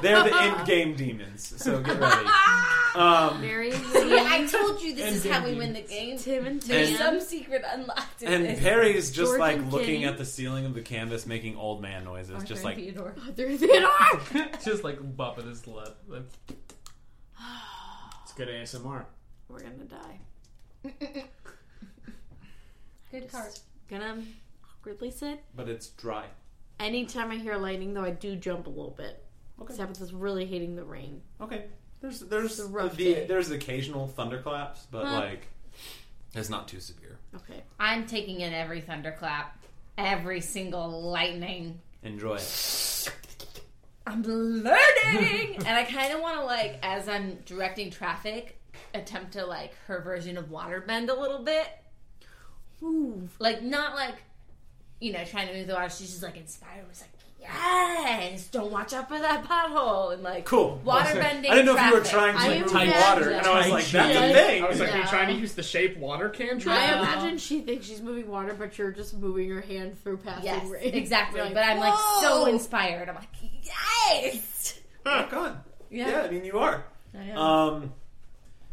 They're the end game demons, so get ready. Um,
Mary,
See, I told you this is how we win the game.
Tim and
There's
Tim.
some secret unlocked in
and
this.
Perry's just
George
like
and
looking
Kitty.
at the ceiling of the canvas, making old man noises,
Arthur and
just like.
Theodore.
just like bumping his lip. That's-
It's good ASMR.
We're gonna die.
Good card.
Gonna awkwardly sit.
But it's dry.
Anytime I hear lightning, though, I do jump a little bit. Sabbath really hating the rain.
Okay. There's there's
a rough
the,
day.
there's occasional thunderclaps, but
Huh.
like it's not too severe.
Okay.
I'm taking in every thunderclap, every single lightning.
Enjoy it.
I'm learning, and I kind of want to like, as I'm directing traffic, attempt to like her version of waterbend a little bit. Like not like, you know, trying to move the water. She's just like inspired. Was like, yes, don't watch out for that pothole, and like,
Cool.
waterbending.
I didn't know if you were
traffic.
trying to, like,
I
type
am
water, and
definitely-
I was like, that's a
Yeah.
thing.
I was like,
Are you
No.
trying to use the shape water cantrip?
I
Um,
imagine she thinks she's moving water, but you're just moving her hand through passing
Yes,
rain.
exactly.
You're
but I'm like so
"Whoa!"
inspired. I'm like, yes.
Rock on.
Yeah.
I mean you are.
I am.
Um,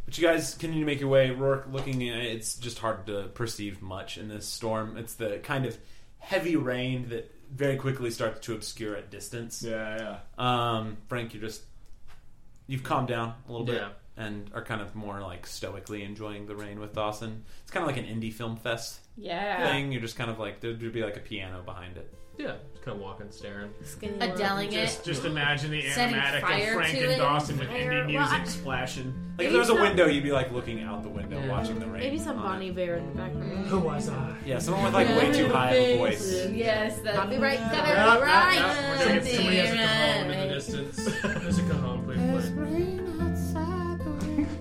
but you guys continue to make your way. Rourke looking at it, it's just hard to perceive much in this storm. It's the kind of heavy rain that very quickly starts to obscure at distance.
Yeah,
yeah. Um, Frank, you're just you've calmed down a little bit
Yeah.
and are kind of more like stoically enjoying the rain with Dawson. It's kind of like an indie film fest
Yeah.
thing. You're just kind of like there'd be like a piano behind it.
Yeah, just kind of walking, staring.
Skinny Adeling
Just,
it.
just imagine the
Setting
animatic
fire
of Frank
to
and
it.
Dawson with
Fire.
indie
Well,
music
I-
splashing.
Like if there was a window, you'd be like looking out the window, watching the rain.
Maybe some
on it.
Bonnie Bear in the background.
Who was I?
Yeah, someone with like way too high of a voice.
Yes, that'd be right. That'd
Yep, yep,
be right.
yep. We're gonna get somebody has a cajon in
Right.
the distance. There's a cajon, please. play.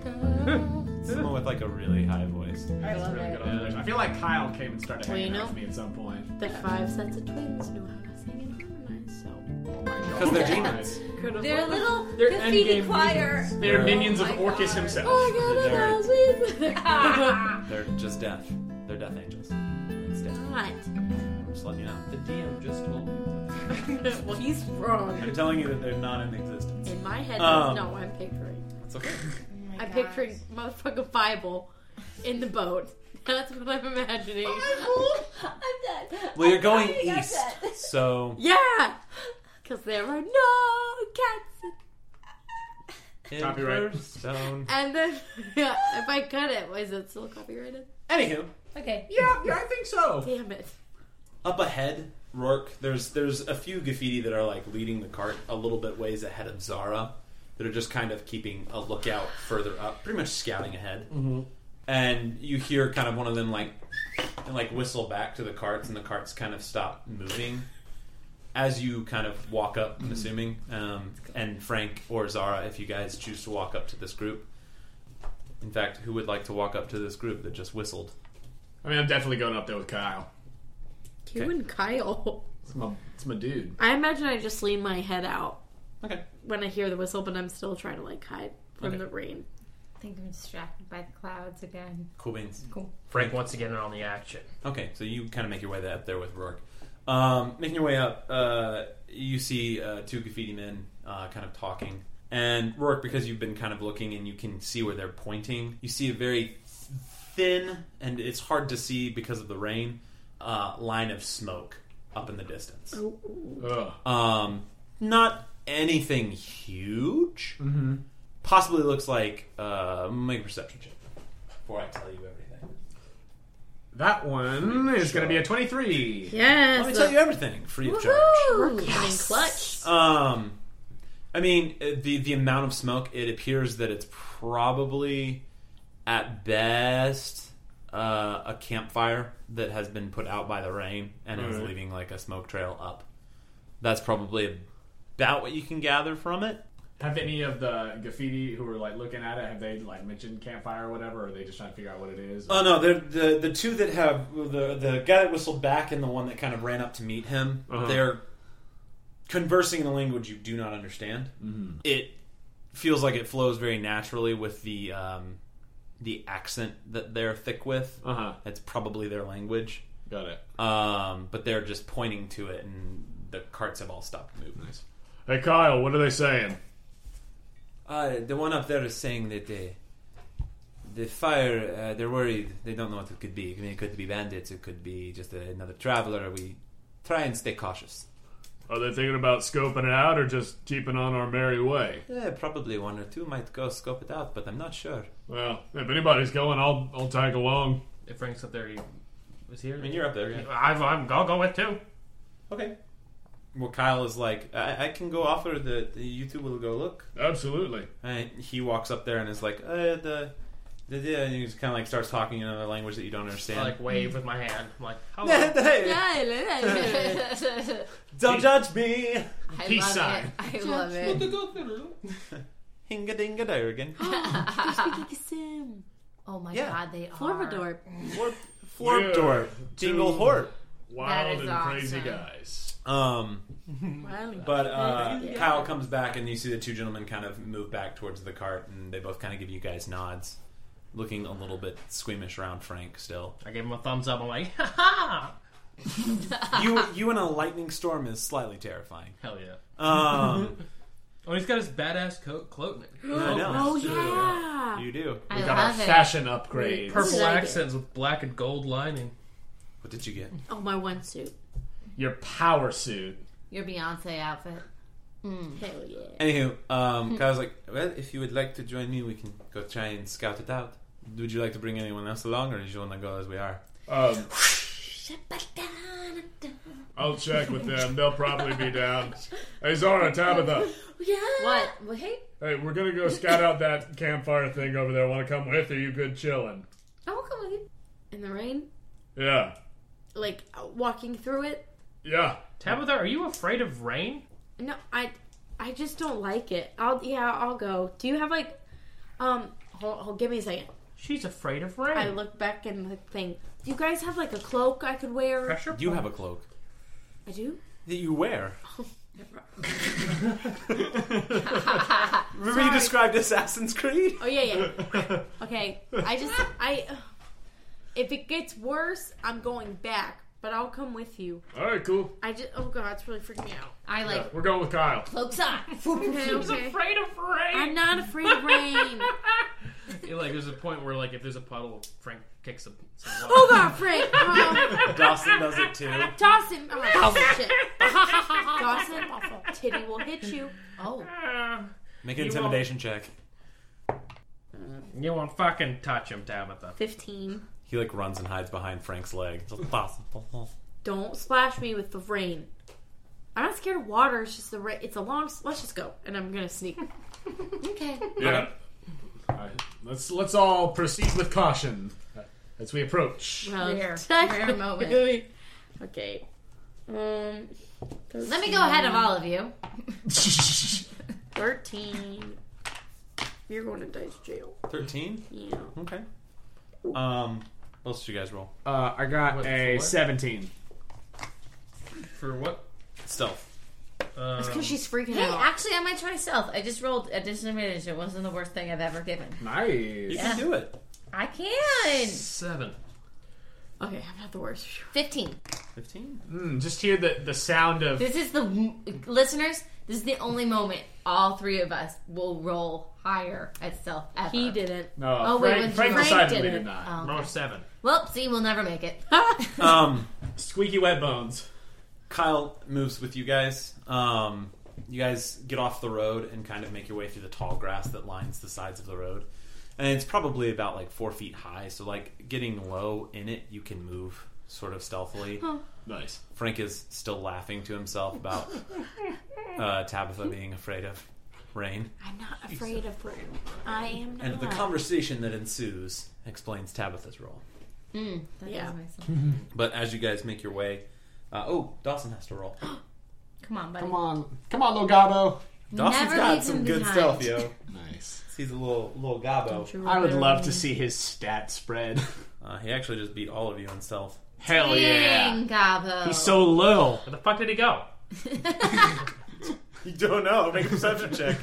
Someone with like a really high voice.
I love really
it.
good on the- I feel like Kyle came and started
Well, you
hanging out
know-
with me at some point.
The five sets of twins knew how to sing and harmonize, so.
Because they're demons.
Could have
They're
looked-
little
They're
graffiti
endgame
choir.
minions. They're
Oh
minions of
my
Orcus
God.
himself.
Oh my god, I love
They're just death. They're death angels. It's death. I'm just letting you know. The DM just told me.
it. Well, he's wrong.
I'm telling you that they're not in existence.
In my head,
Um,
no, I'm picturing.
That's okay.
Oh
I'm picturing motherfucking Bible in the boat. That's what I'm imagining.
Oh I'm dead.
Well, you're
I'm
going
dying, I'm
east,
dead.
so
Yeah! Because there are no cats.
Copyright.
Stone.
And then, yeah, if I cut it, was it still copyrighted?
Anywho,
Okay.
Yeah, yeah, I think so.
Damn it.
up ahead, Rourke. There's there's a few graffiti that are like leading the cart a little bit ways ahead of Zara, that are just kind of keeping a lookout further up, pretty much scouting ahead. Mm-hmm. And you hear kind of one of them like and like whistle back to the carts, and the carts kind of stop moving as you kind of walk up. I'm assuming, um, and Frank or Zara, if you guys choose to walk up to this group. In fact, who would like to walk up to this group that just whistled?
I mean, I'm definitely going up there with Kyle.
You and Kyle.
It's my, it's my dude.
I imagine I just lean my head out
Okay.
when I hear the whistle, but I'm still trying to, like, hide from
Okay.
the rain.
I think I'm distracted by the clouds again.
Cool beans.
Frank wants to get in on the action.
Okay, so you kind of make your way up there with Rourke. Um, making your way up, uh, you see uh, two graffiti men uh, kind of talking. And Rourke, because you've been kind of looking and you can see where they're pointing, you see a very thin, and it's hard to see because of the rain, uh, line of smoke up in the distance.
Ugh.
Um, not anything huge. Possibly looks like. Uh, make a perception check before I tell you everything.
That one is going to be a 23.
Yes!
Let me tell you everything free of charge.
We're coming clutch.
Um, I mean uh, the the amount of smoke. It appears that it's probably at best uh, a campfire that has been put out by the rain and is
Alright.
leaving like a smoke trail up. That's probably about what you can gather from it.
Have any of the graffiti who were like looking at it, have they like mentioned campfire or whatever? Or are they just trying to figure out what it is?
Oh no, they're, the the two that have the the guy that whistled back and the one that kind of ran up to meet him.
Uh-huh.
They're conversing in a language you do not understand.
Mm-hmm.
It feels like it flows very naturally with the um, the accent that they're thick with.
Uh huh.
That's probably their language.
Got it.
Um, but they're just pointing to it, and the carts have all stopped moving.
Nice.
Hey, Kyle, what are they saying?
Uh, the one up there is saying that the the fire. Uh, they're worried. They don't know what it could be. I mean, it could be bandits. It could be just another traveler. We try and stay cautious.
Are they thinking about scoping it out or just keeping on our merry way?
Yeah, probably one or two might go scope it out, but I'm not sure.
Well, if anybody's going, I'll I'll tag along.
If Frank's up there, he was here.
I mean, you're up there. Yeah.
I've, I'm, I'll go with too.
Okay. Well, Kyle is like, I, I can go offer the, the you two will go look.
Absolutely.
And he walks up there and is like, uh, the, the, the and he just kind of like starts talking in another language that you don't understand.
I, like, wave with my hand. I'm like,
Don't judge me.
I Peace love sign.
it. I love it.
Hinga dinga durgan.
Oh my
Yeah.
god, they are.
Florvador.
Florpdorp. Dingle Hort.
Wild
That is
and crazy
awesome.
guys.
Um,
Wild.
but uh,
Yeah.
Kyle comes back, and you see the two gentlemen kind of move back towards the cart, and they both kind of give you guys nods, looking a little bit squeamish around Frank still.
I gave him a thumbs up. I'm like, ha ha!
you you in a lightning storm is slightly terrifying.
Hell yeah.
Um,
oh, he's got his badass coat, cloak.
I know.
Oh,
yeah.
You do.
We got our fashion upgrades. Purple accents with black and gold lining.
What did you get?
Oh, my one suit.
Your power suit.
Your Beyonce outfit. Hmm.
Hell yeah.
Anywho, um, Kyle's like, well, if you would like to join me, we can go try and scout it out. Would you like to bring anyone else along, or do you want to go as we are?
Um, I'll check with them. They'll probably be down. Hey, Zara, Tabitha.
Oh, Yeah.
What? Wait.
Hey, we're gonna go scout out that campfire thing over there. Want to come with? Are you good chilling?
I will come with you. In the rain?
Yeah,
Like, uh, walking through it?
yeah.
Tabitha, are you afraid of rain?
No, I, I just don't like it. I'll yeah, I'll go. Do you have like, um, hold, hold give me a second.
She's afraid of rain.
I look back in the thing. Do you guys have like a cloak I could wear?
Pressure
You have a cloak
I do.
that you wear. Remember you described Assassin's Creed?
Oh yeah, yeah. Okay, I just I. If it gets worse, I'm going back. But I'll come with you.
All right, cool.
I just oh god, it's really freaking me out.
I like
Yeah, we're going with Kyle.
cloaks on.
Okay, okay.
afraid of rain.
I'm not afraid of rain.
Yeah, like, there's a point where, like, if there's a puddle, Frank kicks some. some water.
Oh god, Frank. Um,
Dawson does it too.
Dawson. Oh shit. Dawson, awful titty will hit you.
Oh,
Make an intimidation check.
You won't fucking touch him, Tabitha.
Fifteen.
He like runs and hides behind Frank's leg.
Don't splash me with the rain. I'm not scared of water. It's just the rain. It's a long. s- Let's just go, and I'm gonna sneak.
okay.
Yeah.
All right, let's let's all proceed with caution as we approach.
Well,
Rare. Rare
technically-
moment.
Um, Okay. Um.
Let me go ahead of all of you.
Thirteen. You're going to dice jail.
Thirteen.
Yeah.
Okay. Um, what else did you guys roll?
Uh, I got
What,
a
four?
seventeen.
For what?
Stealth.
Um,
Because she's freaking
Hey,
out.
actually, I might try stealth. I just rolled a disadvantage. It wasn't the worst thing I've ever given.
You
Nice.
can do it.
I can.
seven.
Okay, I'm not the worst.
Fifteen.
Fifteen.
Mm, just hear the the sound of
This is the listeners. This is the only moment all three of us will roll higher at stealth ever.
He didn't.
no.
Oh, wait,
uh, Frank,
what'd you
Frank
roll?
decidedly
Frank
did not.
Oh,
Roll
okay.
a seven.
Well, see, we'll never make it.
Um,
Squeaky wet bones.
Kyle moves with you guys. Um, you guys get off the road and kind of make your way through the tall grass that lines the sides of the road. And it's probably about like four feet high, so like getting low in it, you can move sort of stealthily.
Nice.
Frank is still laughing to himself about uh, Tabitha being afraid of rain.
I'm not afraid of rain. I am not.
And the conversation that ensues explains Tabitha's role.
That
Yeah.
does make sense.
Mm-hmm.
But as you guys make your way, uh, oh, Dawson has to roll.
Come on, buddy.
Come on, come on, Logabo.
Dawson's
Never
got
leave
some
him
good
behind.
stealth, yo.
Nice.
He's a little little gobbo.
I would love to see his stat spread.
Uh, he actually just beat all of you in stealth.
Hell yeah.
Dang, Gabo.
He's so little.
Where the fuck did he go?
You don't know. Make a perception check.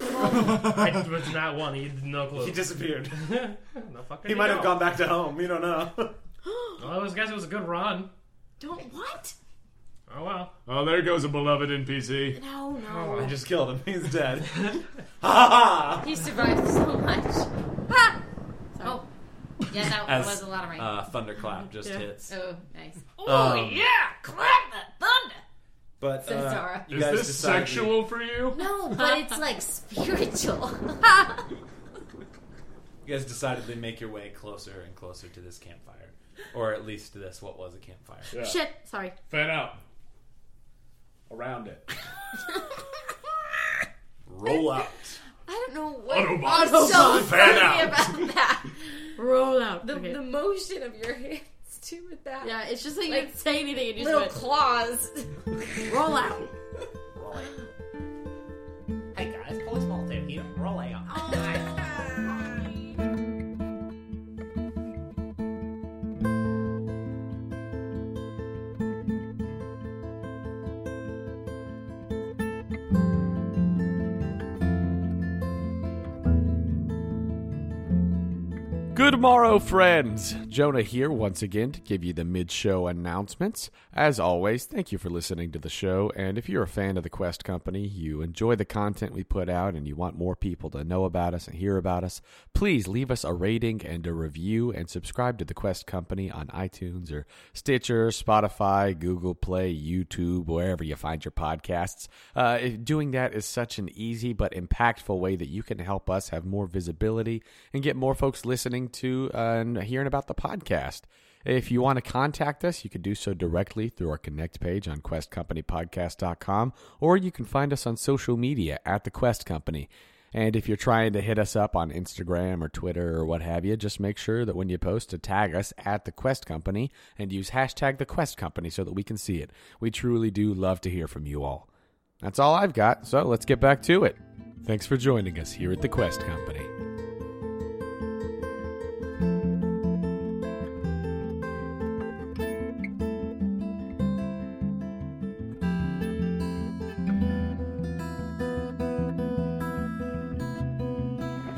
I was not one. He had no clue.
disappeared.
no fucking.
He might have gone back to home. You don't know.
Well, those guys, it was a good run.
Don't what?
Oh well.
Oh, there goes a beloved NPC.
No,
Oh.
no.
I just killed him. He's dead. Ha ha!
He survived so much. Ah! Oh, yeah, that
As,
was a lot of rain.
Uh, thunderclap just hits.
oh, nice.
Oh yeah!
Clap Ah, the thunder.
But
Says
uh,
Zara.
you
Is
guys
this
decide-
sexual for you?
No, but it's like spiritual.
You guys decidedly make your way closer and closer to this campfire. or at least this what was a campfire.
Shit, sorry.
Fan out.
Around it.
Roll out.
I don't know what.
Autobots.
Autobots. So
Autobots. Fan
funny
out.
about that.
Roll out.
The,
Okay.
the motion of your hands too with that.
Yeah, it's just like you didn't say anything. You just
little
went-
claws.
Roll out.
Hey guys, Police Malton here. Roll out.
Good morrow, friends! Jonah here once again to give you the mid show announcements. As always, thank you for listening to the show. And if you're a fan of the Quest Company, you enjoy the content we put out, and you want more people to know about us and hear about us, please leave us a rating and a review and subscribe to the Quest Company on iTunes or Stitcher, Spotify, Google Play, YouTube, wherever you find your podcasts. Uh, if- doing that is such an easy but impactful way that you can help us have more visibility and get more folks listening to uh, and hearing about the podcast. If you want to contact us, you can do so directly through our Connect page on questcompanypodcast.com, or you can find us on social media at The Quest Company. And if you're trying to hit us up on Instagram or Twitter or what have you, just make sure that when you post to tag us at The Quest Company and use hashtag The Quest Company so that we can see it. We truly do love to hear from you all. That's all I've got, so let's get back to it. Thanks for joining us here at The Quest Company.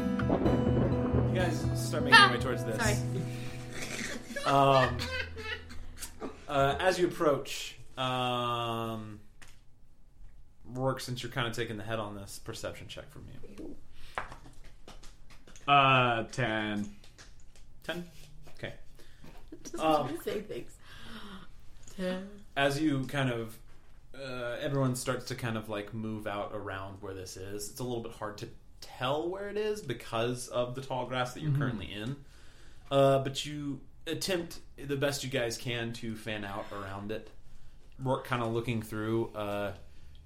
You guys start making your way towards this.
Sorry.
Um, uh, as you approach, um, Rourke, since you're kind of taking the head on this, perception check from you.
Uh, 10.
10? Okay.
Just
Um,
trying to say things. Ten.
as you kind of uh, everyone starts to kind of like move out around where this is it's a little bit hard to tell where it is because of the tall grass that you're
Mhm.
currently in uh, but you attempt the best you guys can to fan out around it work kind of looking through uh,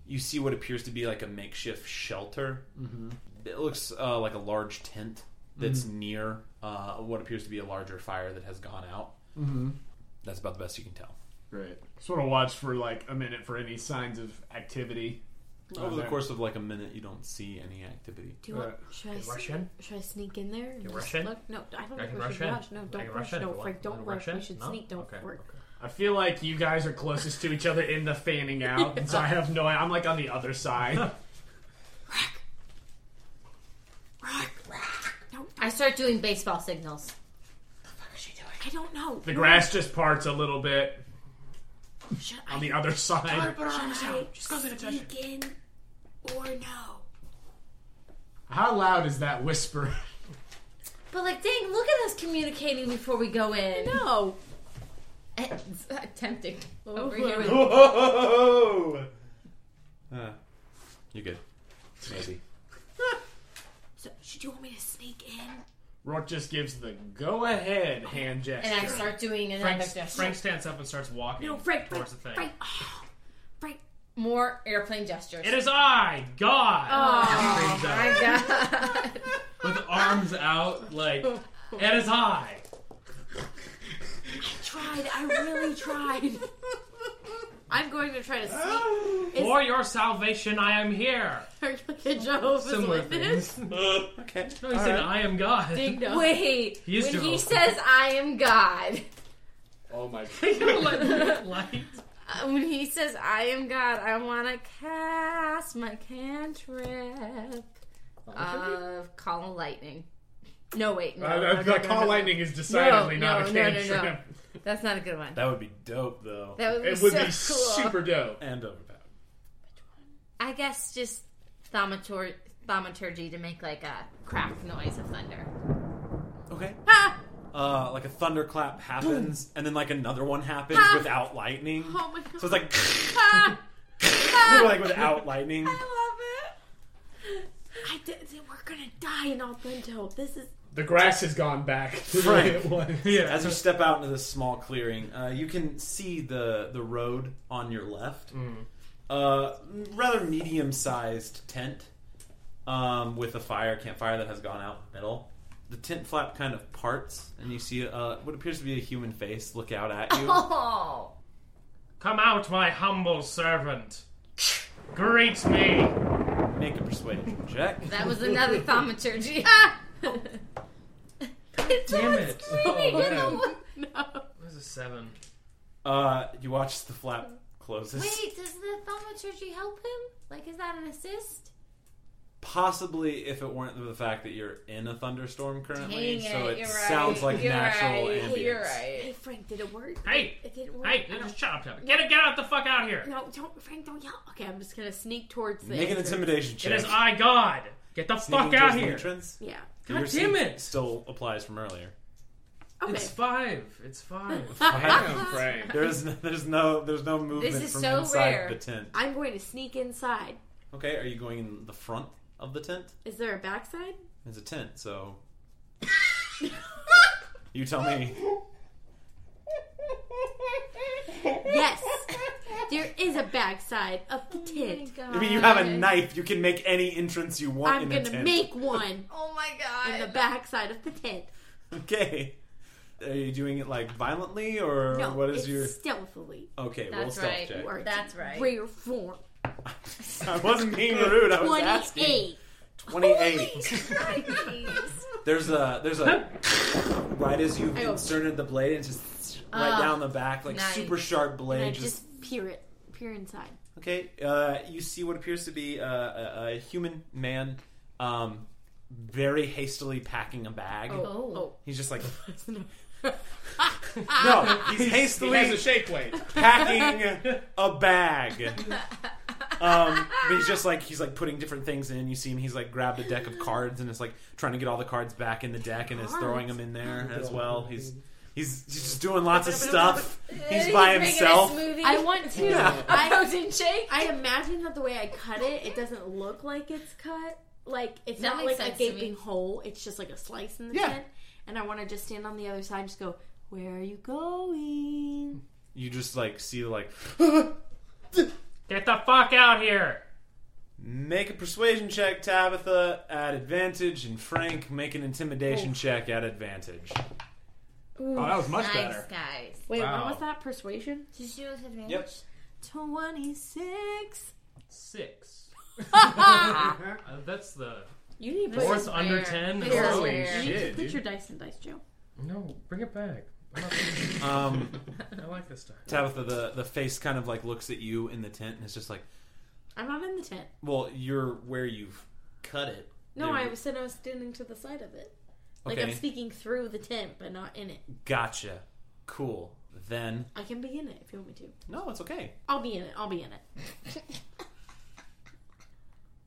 you see what appears to be like a makeshift shelter
Mhm.
it looks uh, like a large tent that's near uh, what appears to be a larger fire that has gone out
Mhm.
that's about the best you can tell
Great. Just want to watch for like a minute for any signs of activity.
Over the
Uh,
course of like a minute, you don't see any activity.
Do you want, should I
Can rush
rush
in?
Should I sneak in there? and
Can
just
rush in?
Look? No, I don't
I
think
can
we
rush
should
in.
rush. No,
I
don't
can
rush.
rush in if
No,
you
Frank,
want.
don't
Wanna
rush.
rush
We
in?
should
No?
sneak. Don't work.
I feel like you guys are closest to each other in the fanning out, so I have no. I'm like on the other side.
I start doing baseball signals.
I don't know.
the grass just parts a little bit
Should
on the other side.
I sneak in or no?
How loud is that whisper?
But like, dang, look at us communicating before we go in.
No.
It's uh, tempting. Over
Oh.
here. with-
Oh! Uh, you're good. Maybe.
So, should you want me to sneak in?
Rourke just gives the go ahead hand gesture.
And I start doing another
Frank,
gesture.
Frank stands up and starts walking
No, Frank,
towards the thing.
Frank.
More airplane gestures.
It is I, God!
Oh,
Screams
my
out.
God.
With arms out, like, it is I!
I tried. I really tried. I'm going to try to sneak.
For your salvation, I am here!
Are you like a Jehovah's
Similar
Witness?
things. okay. No, he
All
said,
right.
I am God.
Ding dong.
Wait,
He is
when he
Jehovah.
says I am God,
Oh my
uh, when he says I am God, I want to cast my cantrip Um, of calm lightning. No, wait, no.
Uh,
no,
the
no, no,
call
no.
lightning is decidedly
No,
not
no,
a
no, no,
cantrip.
no. That's not a good one.
That would be dope, though.
That would be
it would
so
be
cool.
super dope.
And overpowered.
I guess just thaumatur- thaumaturgy to make like a crack noise of thunder.
Okay.
Ah!
Uh, like a thunderclap happens, and then like another one happens
Ah!
without lightning.
Oh my God.
So it's like
Ah!
like without lightning.
I did, we're gonna die in Al Punto. This is
The grass has gone back to the way it was.
Frank, as you step out into this small clearing, uh, you can see the the road on your left. Uh, rather medium sized tent um, with a fire campfire that has gone out in the middle. The tent flap kind of parts, and you see uh, what appears to be a human face look out at you.
Oh.
Come out, my humble servant. Greet me.
Make a persuasion check.
That was another thaumaturgy.
Damn it.
screaming in the
Oh,
wood.
This is seven.
Uh, you watch the flap closes.
Wait, does the thaumaturgy help him? Like, is that an assist?
Possibly if it weren't for the fact that you're in a thunderstorm currently,
Dang
so
it,
it
you're
sounds
right,
like
you're
natural
right,
ambience.
you're right. Hey, Frank, did it work?
Hey,
it didn't work.
Hey,
I
just
don't-
shut up, shut up. Get it, get out the fuck out here.
No, don't, Frank, don't yell. Okay, I'm just gonna sneak towards the
Make an
entrance.
intimidation
It
check.
is I, God. Get the
Sneaking
fuck out
towards the
here.
entrance?
Yeah.
God
Your
damn
sneak
it.
Still applies from earlier.
It's five. It's five.
There's no, there's no there's no movement
This is
from
so
inside
rare.
the tent.
I'm going to sneak inside.
Okay, are you going in the front of the tent?
Is there a backside?
It's a tent, so you tell me.
Yes, there is a backside of
Oh
the tent.
I mean, you have a knife. You can make any entrance you want
I'm
in a
gonna
tent.
make one. oh my god! In the backside of the tent.
Okay. Are you doing it like violently or
No,
what is
it's
your
stealthily.
Okay, roll
That's
stealth
right.
check.
Or
That's right.
Rare form.
I wasn't being rude. I was asking.
28.
Twenty-eight. there's a there's a right as you've
I go-
inserted the blade and just right
Ah,
down the back, like
nice.
super sharp
And I
blade. Just,
just peer it, peer inside.
okay. Uh, you see what appears to be uh, a, a human man, um, very hastily packing a bag.
Oh. Oh.
He's just like. no, he's hastily
He has a shake weight.
packing a bag. Um, but he's just like he's like putting different things in. You see him. He's like grabbed a deck of cards and is like trying to get all the cards back in the deck and is throwing them in there as well. He's he's he's just doing lots of stuff. He's by himself.
I want to.
Yeah.
I don't shake. I imagine that the way I cut it, it doesn't look like it's cut. Like it's
That
not
makes
like a
sense to me.
gaping hole. It's just like a slice in the tent. And I want to just stand on the other side, and just go. Where are you going?
You just like see like
Get the fuck out here.
make a persuasion check, Tabitha at advantage, and Frank make an intimidation check at advantage. Oh, that was much Nice, better.
guys.
Wait,
Wow.
what was that? Persuasion?
Did you with advantage?
Yep.
Twenty-six.
Six.
Ah!
you
Uh, that's the
need to put
fourth
this
under
there.
ten.
This is
Holy
fair. You need to
shit,
Put
dude.
your dice in dice, Joe.
No, bring it back. I'm not-
Um,
I like this stuff.
Tabitha, the the face kind of like looks at you in the tent and is just like,
I'm not in the tent.
well, you're where you've cut it.
No,
They-
I was said I was standing to the side of it. Like I'm
Okay.
speaking through the tent, but not in it.
Gotcha. Cool. Then
I can be in it if you want me to.
No, it's okay.
I'll be in it. I'll be in it.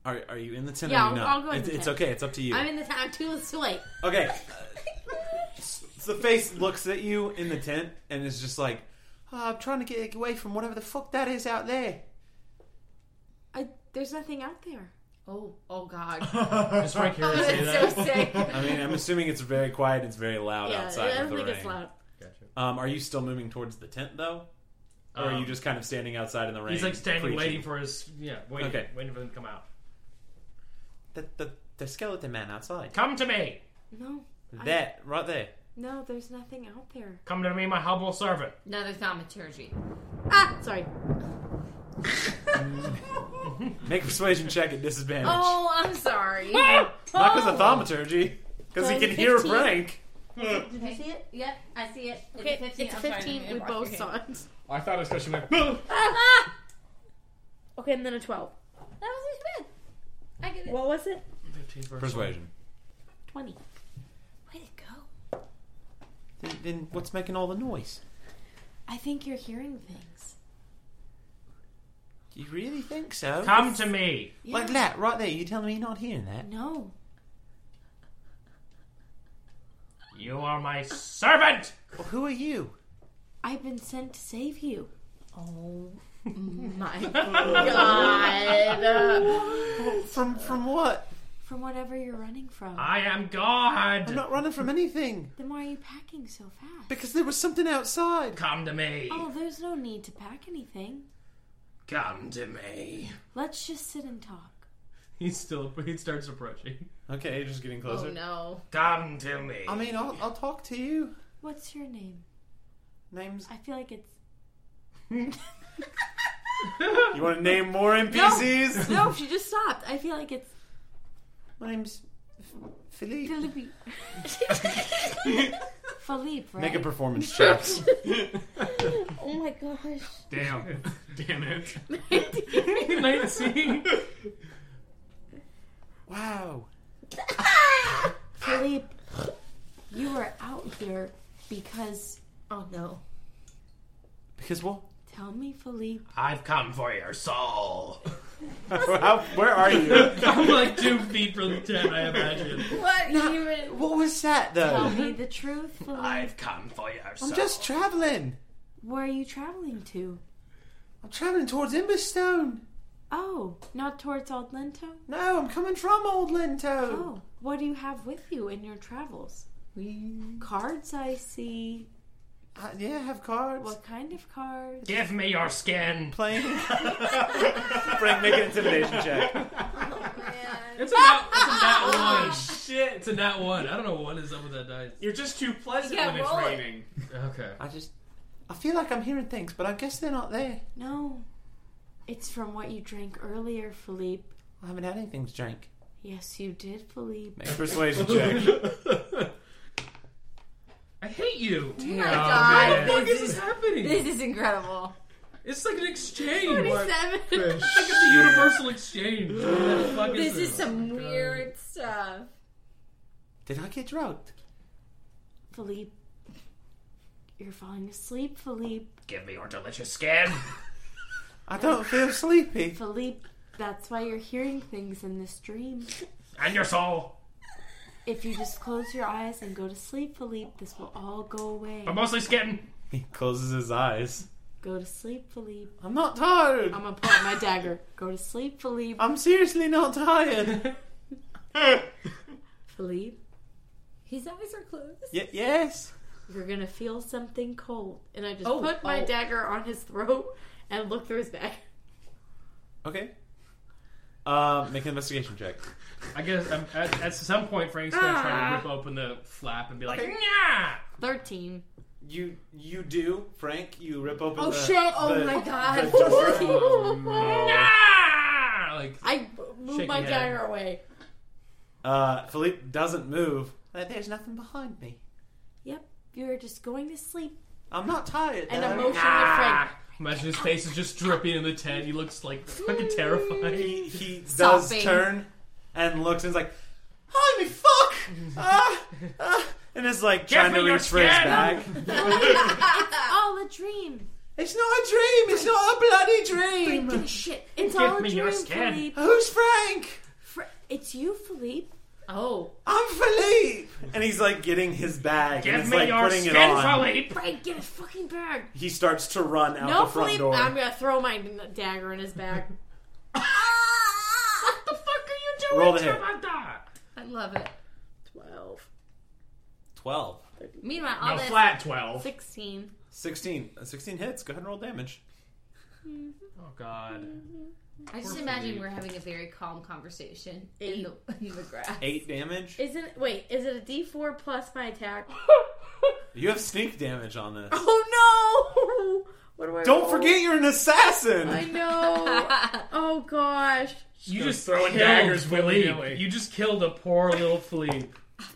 are are you in the tent?
yeah,
or
I'll,
you not?
I'll go in
it's,
the
it's
tent.
okay. It's up to you.
I'm in the tent. I'm too it's too late.
Okay. So the face looks at you in the tent and is just like, oh, I'm trying to get away from whatever the fuck that is out there.
I, there's nothing out there.
Oh, oh God.
Is Frank here to
Oh,
say
that's so
that?
sick.
I mean, I'm assuming it's very quiet. It's very loud
Yeah,
outside.
I
with
don't
the
think
rain.
it's loud.
Um, are you still moving towards the tent though, or are
Um,
you just kind of standing outside in the rain?
He's like standing,
preaching?
waiting for his yeah, waiting,
Okay.
waiting for them to come out.
The, the, the skeleton man outside.
Come to me.
No. I-
That right there.
no, there's nothing out there.
Come to me, my humble servant.
Another thaumaturgy.
Ah, sorry.
Make a persuasion check at disadvantage.
Oh, I'm sorry.
Oh,
Not because of thaumaturgy, because he can hear
15.
Frank.
Did you see it? Yep, I see it. It's
Okay,
a 15.
it's
I'm
a
sorry,
15.
I
We
didn't
both
watch.
saw it.
I thought it was because she went. "Boo!"
Okay, and then a 12.
That wasn't too bad. I get it.
What was it?
15 first
Persuasion.
20.
Way to go.
Then, then what's making all the noise?
I think you're hearing things.
Do you really think so?
Come to me.
Like that, right there. You telling me you're not hearing that?
No.
You are my servant.
who are you?
I've been sent to save you. Oh
my
god.
From from what?
From whatever you're running from.
I am God.
I'm not running from anything.
Then why are you packing so fast?
Because there was something outside.
Come to me.
Oh, there's no need to pack anything.
Come to me.
Let's just sit and talk.
He's still. He starts approaching.
Okay, just getting
closer. Oh, no.
Come to me.
I mean, I'll, I'll talk to you.
What's your name?
Name's.
I feel like it's.
You want to name more NPCs?
No, she just stopped. I feel like it's.
My name's Philippe.
Philippe. Philippe, right?
Make a performance check.
oh my gosh.
Damn. Damn it.
19.
Wow.
Philippe, you were out here because. Oh no.
Because what?
Tell me, Philippe.
I've come for your soul.
where are you?
I'm like two feet from the tent, I imagine.
What?
what was that, though?
Tell me the truth, Philippe.
I've come for your soul.
I'm just traveling.
Where are you traveling to?
I'm traveling towards Emberstone.
Oh, not towards Old Lento?
No, I'm coming from Old Lento.
Oh, what do you have with you in your travels? Cards, I see.
Uh, yeah, I have cards.
What kind of cards?
Give me your skin.
Playing. Frank, make an intimidation check.
It's a nat, it's a nat one. Shit. It's a nat one. I don't know what is up with that dice.
You're just too pleasant
Yeah,
when it's
roll it.
raining.
Okay.
I just. I feel like I'm hearing things, but I guess they're not there.
No. It's from what you drank earlier, Philippe.
I haven't had anything to drink.
Yes, you did, Philippe.
Make a persuasion check.
I hate you.
Oh my god.
What the fuck
this
is this happening?
This is incredible.
It's like an exchange.
47.
It's like it's a universal exchange. What the fuck
This
is
is some weird stuff.
Did I get drugged?
Philippe. You're falling asleep, Philippe.
Give me your delicious skin.
I don't feel sleepy.
Philippe, that's why you're hearing things in this dream.
And your soul.
If you just close your eyes and go to sleep, Philippe, this will all go away.
But mostly skin.
He closes his eyes.
Go to sleep, Philippe.
I'm not tired.
I'm gonna pull out my dagger. Go to sleep, Philippe.
I'm seriously not tired.
Philippe,
His eyes are closed.
y- yes.
you're gonna feel something cold. And I just
Oh,
put my
oh.
dagger on his throat and look through his back.
Okay. Uh, make an investigation check.
I guess um, at, at some point Frank's gonna try to rip open the flap and be like, "Nyah!"
13.
You you do, Frank. You rip open.
Oh,
the,
shit.
Oh,
the-
my God.
the door.
Nyah! Oh, Like
I move
Shaking
my
head.
dagger away.
Uh, Philippe doesn't move. Uh, There's nothing behind me.
Yep, you're just going to sleep.
I'm not tired.
And
though.
emotionally Frank.
Imagine his face is just dripping in the tent. He looks like fucking terrified.
He, he does
Sopping.
turn and looks and is like, "Holy fuck!" Ah, ah," and is like
Give
trying
me
to
your
reach for his
skin.
bag.
It's all a dream.
It's not a dream. It's not a bloody dream.
Freaking shit. It's
Give
all a
me
dream,
your skin.
Philippe.
Who's Frank?
Fr- it's you, Philippe.
Oh.
I'm Philippe. And he's like getting his bag and
Give
it's
me
like
your
putting
skin,
it on.
Philippe.
Frank, get a fucking bag.
He starts to run out
No,
the front
Philippe,
door.
I'm gonna throw my n- dagger in his back. what the fuck are you doing?
Roll the hit.
I love it.
12.
Twelve.
Meanwhile, all
A
this.
flat twelve.
16.
16. Uh, 16 hits. Go ahead and roll damage.
Oh god.
I just
Poor
imagine
Philippe.
we're having a very calm conversation in the, in the grass.
8 damage.
Isn't wait, is it a D4 plus my attack?
You have sneak damage on this.
oh no! What do I
Don't
roll?
forget you're an assassin!
I know. oh gosh.
You
Gonna
just
throw in
killed
daggers willy-nilly.
Philippe. You just killed a poor little Philippe.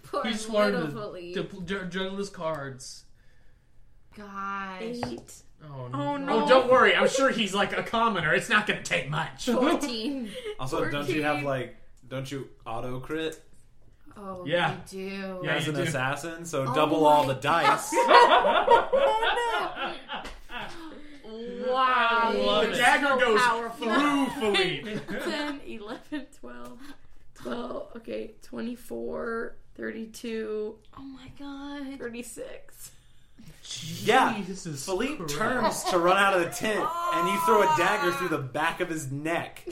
Poor
He just
little
learned to,
Philippe.
to pl- ju- juggle his cards.
Gosh.
Eight.
Oh no.
Oh no.
Oh, don't worry. I'm sure he's like a commoner. It's not going to take much.
14.
Also, don't you have like. Don't you auto crit
Oh,
Yeah.
you do.
Yeah,
as
you
an
do.
assassin? So
Oh
double all
my
the dice.
Wow.
love
The
it.
dagger goes
powerful.
through Philippe.
10, 11, 12, 12, okay, 24, 32,
Oh my god.
36.
yeah.
Jesus
Philippe
Christ.
turns to run out of the tent, and you throw a dagger through the back of his neck.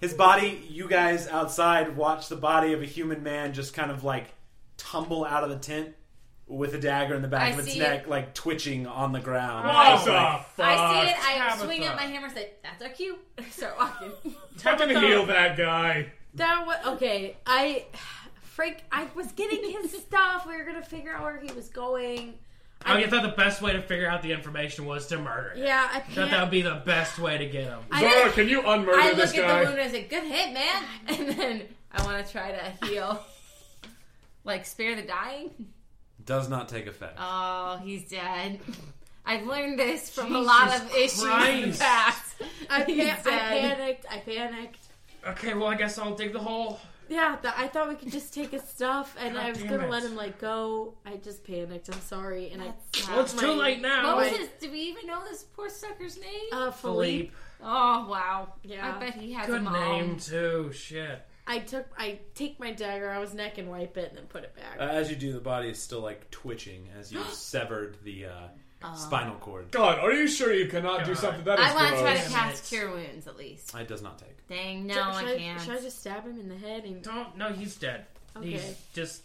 His body, you guys outside watch the body of a human man just kind of like tumble out of the tent with a dagger in the back
I
of its
see
neck,
it.
like twitching on the ground.
I,
It's like-
I see it. I
Tabitha.
swing at my hammer. and Say, "That's our cue." I start walking.
I'm gonna heal that guy.
That was okay. I Frank, I was getting his stuff. We were gonna figure out where he was going.
I, mean, I thought the best way to figure out the information was to murder him.
Yeah, I
I thought
can't.
that would be the best way to get him.
I- Zara,
can you unmurder
I look at the wound and I say, "Good hit, man!" And then I want to try to heal, like spare the dying.
Does not take effect.
Oh, he's dead. I've learned this from a
Jesus
lot of issues in the
Christ.
past.
I,
He's
pan- I
dead.
panicked. I panicked.
Okay, well, I guess I'll dig the hole.
Yeah, th- I thought we could just take his stuff, and
God
I was
damn
gonna
it.
let him like go. I just panicked. I'm sorry, and I.
Well, it's too late now.
What
My-
was his? uh, Do we even know this poor sucker's name?
Uh, Philippe.
Oh wow.
Yeah.
I bet he has
Good
a mom.
name too. Shit.
I took. I take my dagger out of his neck and wipe it, and then put it back.
Uh, as you do, the body is still like twitching as you severed the uh,
Oh.
spinal cord.
God, are you sure you cannot do something that is
I want to try to
gross?
cast cure wounds at least.
It does not take.
Dang, no,
Should-
I
should
can't.
Should I just stab him in the head? And
don't. No, he's dead.
Okay.
He's just.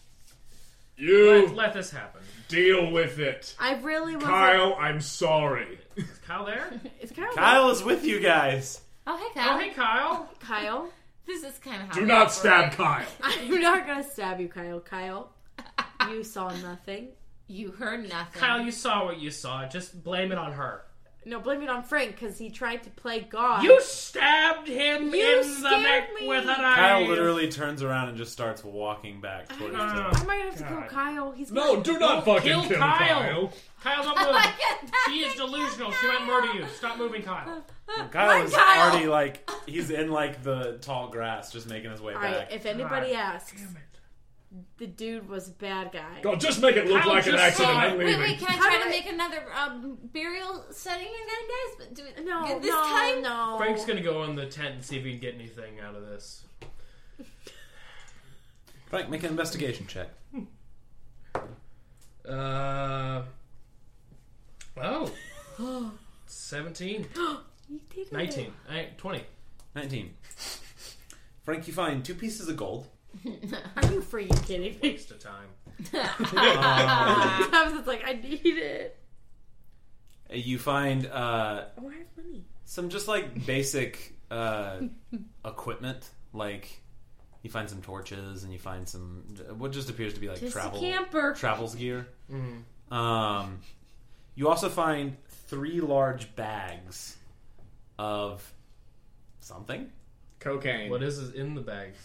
You
Let, let this happen.
Deal with it.
I really was.
Kyle, I'm sorry.
Is Kyle there?
It's Kyle.
Kyle
is with you guys.
Oh hey, Kyle.
Oh, hey, Kyle.
Kyle.
This is kind of how
Do
we
not
operate.
stab Kyle.
I'm not gonna stab you, Kyle. Kyle, you saw nothing.
You heard nothing.
Kyle, you saw what you saw. Just blame it on her.
No, blame it on Frank because he tried to play God.
You stabbed him
Uh, You
in the
scared
neck
me.
with an
Kyle
iron.
literally turns around and just starts walking back towards
no, no,
the.
no.
I might have to kill Kyle. He's
No,
gonna-
do not fucking
Uh, kill
kill
Kyle.
Kyle.
Kyle's not moving. she is delusional. She might murder you. Stop moving,
Oh.
Kyle.
Kyle is
Kyle.
already like he's in like the tall grass, just making his way
All
back.
right. If anybody asks, the dude was a bad guy.
God, just make it look
Kyle
like an
just
accident.
saw it.
I'm
Wait,
leaving.
wait,
Wait, can I
How
try
do
to
I-
make another um, burial setting again, guys? But do it,
No,
this
no,
time,
no.
Frank's gonna go in the tent and see if he can get anything out of this.
Frank, make an investigation check.
Uh. Oh. 17.
You did it.
19. I, 20.
19. Frank, you find two pieces of gold.
Are you freaking kidding me?
Waste of time.
Uh.
I was just like, I need it.
You find uh,
Oh, I have money.
some just like basic uh, equipment. Like you find some torches and you find some what just appears to be like
Just a
travel
camper.
travels gear.
Mhm.
Um, you also find three large bags of something.
Cocaine.
What is in the bags?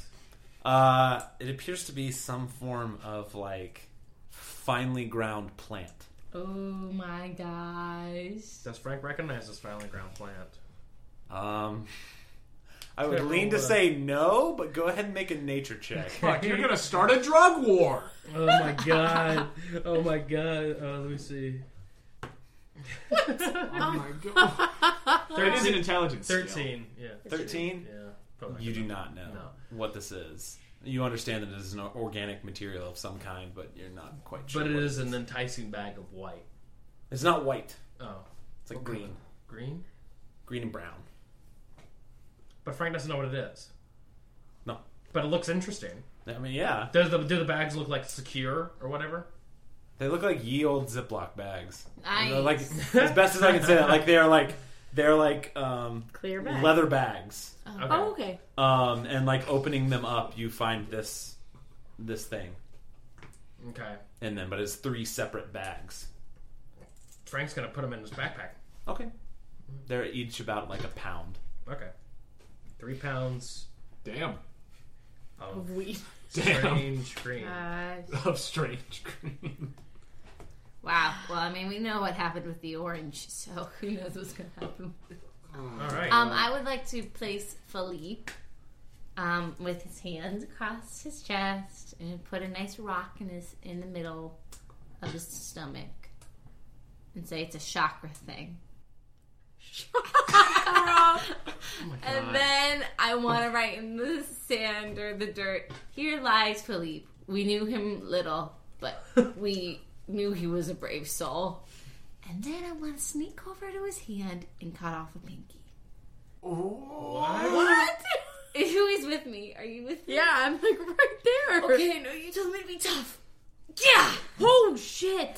Uh, it appears to be some form of like finely ground plant.
Oh my gosh.
Does Frank recognize this finally ground plant?
Um, I would
Except
lean
for
to
what?
say no, but go ahead and make a nature check.
Fuck, you're gonna start a drug war.
Oh my god. Oh my god. Uh, let me see.
Oh my god.
That is an intelligence skill.
13. Yeah.
Thirteen.
Yeah. Probably
You
not
do
gonna-
not know
No.
what this is. You understand that it is an organic material of some kind, but you're not quite sure.
But it
what
is an enticing bag of white.
It's not white.
Oh.
It's like
What
green,
color? Green?
green and brown.
But Frank doesn't know what it is.
No.
But it looks interesting.
I mean, yeah,
Does the do the bags look like secure or whatever?
they look like ye old Ziploc bags. They're Like
Nice.
as best as I can say that, like they're like they're like um,
Clear bag.
leather bags.
Okay. Oh, okay.
Um, and like opening them up, you find this this thing
Okay.
in them, but it's three separate bags.
Frank's gonna put them in his backpack.
Okay. They're each about like a pound.
Okay. Three pounds.
Damn.
Of
weed.
Strange green.
Gosh.
Of strange green.
Uh, Wow. Well, I mean, we know what happened with the orange, so who knows what's going to happen.
All right.
Um, I would like to place Philippe um, with his hands across his chest and put a nice rock in his in the middle of his stomach and say it's a chakra thing. and then I want to write in the sand or the dirt. Here lies Philippe. We knew him little, but we knew he was a brave soul. And then I want to sneak over to his hand and cut off a pinky.
Oh,
What? Who is with me? Are you with me?
Yeah, I'm like right there.
Okay, no, you told me to be tough. Yeah! Oh, shit!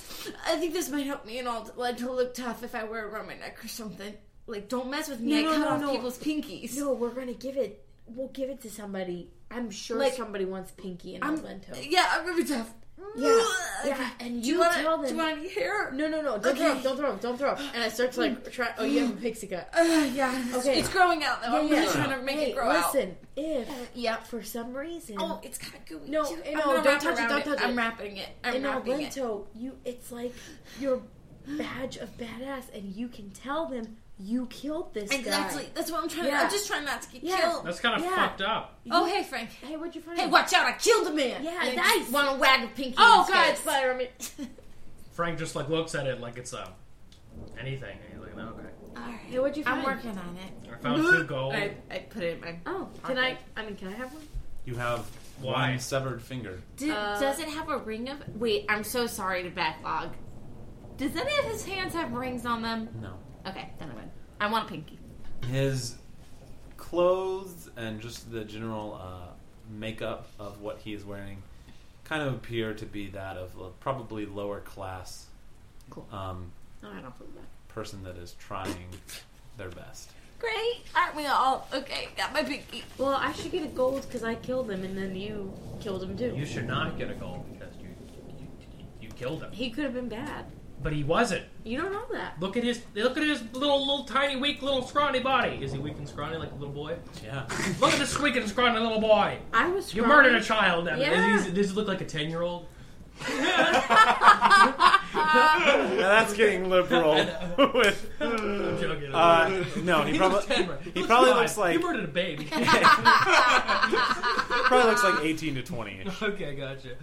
I think this might help me and all like, to look tough if I wear it around my neck or something. Like, don't mess with me. I cut off people's pinkies.
No, we're gonna give it. We'll give it to somebody. I'm sure
Like-
somebody wants pinky and
I'm-
Memento.
Yeah, I'm gonna be tough.
Yeah,
Okay.
yeah. And
Do
you,
you wanna-
tell them.
do you wanna be here?
No, no, no. Don't
Okay.
throw up. Don't throw up. Don't throw up. And I start to like try. Oh, you have a pixie cut.
Uh, yeah, it's- it's growing out, though. I'm just trying to make it
Hey,
grow out.
listen, if yeah, for some reason.
Oh, it's kind of gooey.
No,
too.
eh,
I'm
no,
gonna
don't
wrap
touch it,
around
don't touch it.
I'm wrapping it. I'm
in
wrapping it.
Alento, you it's like your badge of badass, and you can tell them you killed this
Exactly.
guy.
That's what I'm trying.
Yeah.
I'm just trying not to get
Yeah.
killed.
That's kind of
Yeah.
fucked up.
Oh, hey, Frank.
Hey, what'd you find?
Hey, watch out! I killed a man.
Yeah,
And I
nice.
just Want to wag a pinky?
Oh,
in his
God,
face.
spider I mean,
Frank just like looks at it like it's um anything, and he's like, no, okay.
Hey, what'd you
I'm
find?
working on it.
I found two gold.
I, I put it in my.
Oh, can I? I mean, can I have one?
You have one severed finger.
Did,
Uh,
does it have a ring of? Wait, I'm so sorry to backlog. Does any of his hands have rings on them?
No.
Okay, then I win. I want a pinky.
His clothes and just the general uh, makeup of what he is wearing kind of appear to be that of a probably lower class um,
No, I don't believe that.
person that is trying their best.
Great, aren't we all? Okay, got my pinky.
Well, I should get a gold because I killed him, and then you killed him too.
You should not get a gold because you you, you killed him.
He could have been bad.
But he wasn't.
You don't know that.
Look at his look at his little little tiny weak little scrawny body. Is he weak and scrawny like a little boy?
Yeah.
look at this weak and scrawny little boy.
I was.
You
scrawny.
murdered a child. Evan.
Yeah.
Does, he, does he look like a ten year old?
Now that's getting liberal. with,
I'm joking.
Uh, no, he probably- he probably looks like-
you murdered a baby.
probably looks like 18 to 20.
okay, gotcha.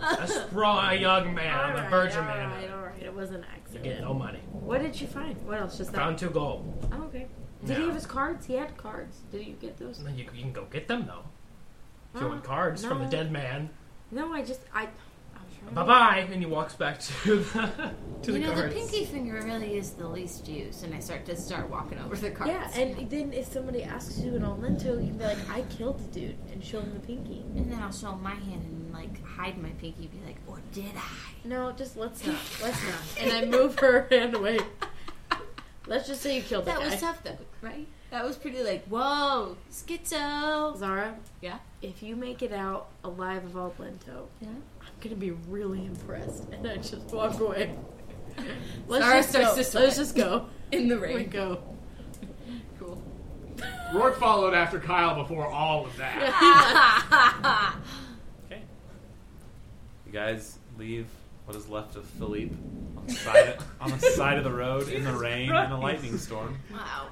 A spry young man, a virgin man.
All right, all right. It was an accident.
Get no money.
What did you find? What else? Just that.
Found two gold.
Oh, okay. Did he
Yeah.
have his cards? He had cards. Did you get those?
No, You, you can go get them though. If you
Uh,
want cards from the
no. Mm.
dead man.
No, I just I. I was trying to-
Bye bye, and he walks back to the to
you
the
know,
guards.
the pinky finger really is the least used, and I start to start walking over the cards.
Yeah, and then if somebody asks you an Olento, you can be like, "I killed the dude," and show them the pinky.
And then I'll show him my hand and like hide my pinky, be like, or did I?
No, just let's not. Let's not. And I move her hand away. Let's just say you killed that,
That was
guy.
tough though, right? That was pretty like, whoa, schizo.
Zara,
Yeah.
if you make it out alive of Olento,
Yeah.
I'm gonna be really impressed. And I just walk away. Let's
Zara
just
starts
go.
to sweat.
Let's just go
In the
We
rain.
go.
Cool.
Rourke followed after Kyle before all of that.
Oh,
You guys leave what is left of Philippe on the side of, on the, side of the road in the rain and a
Christ.
lightning storm.
Wow.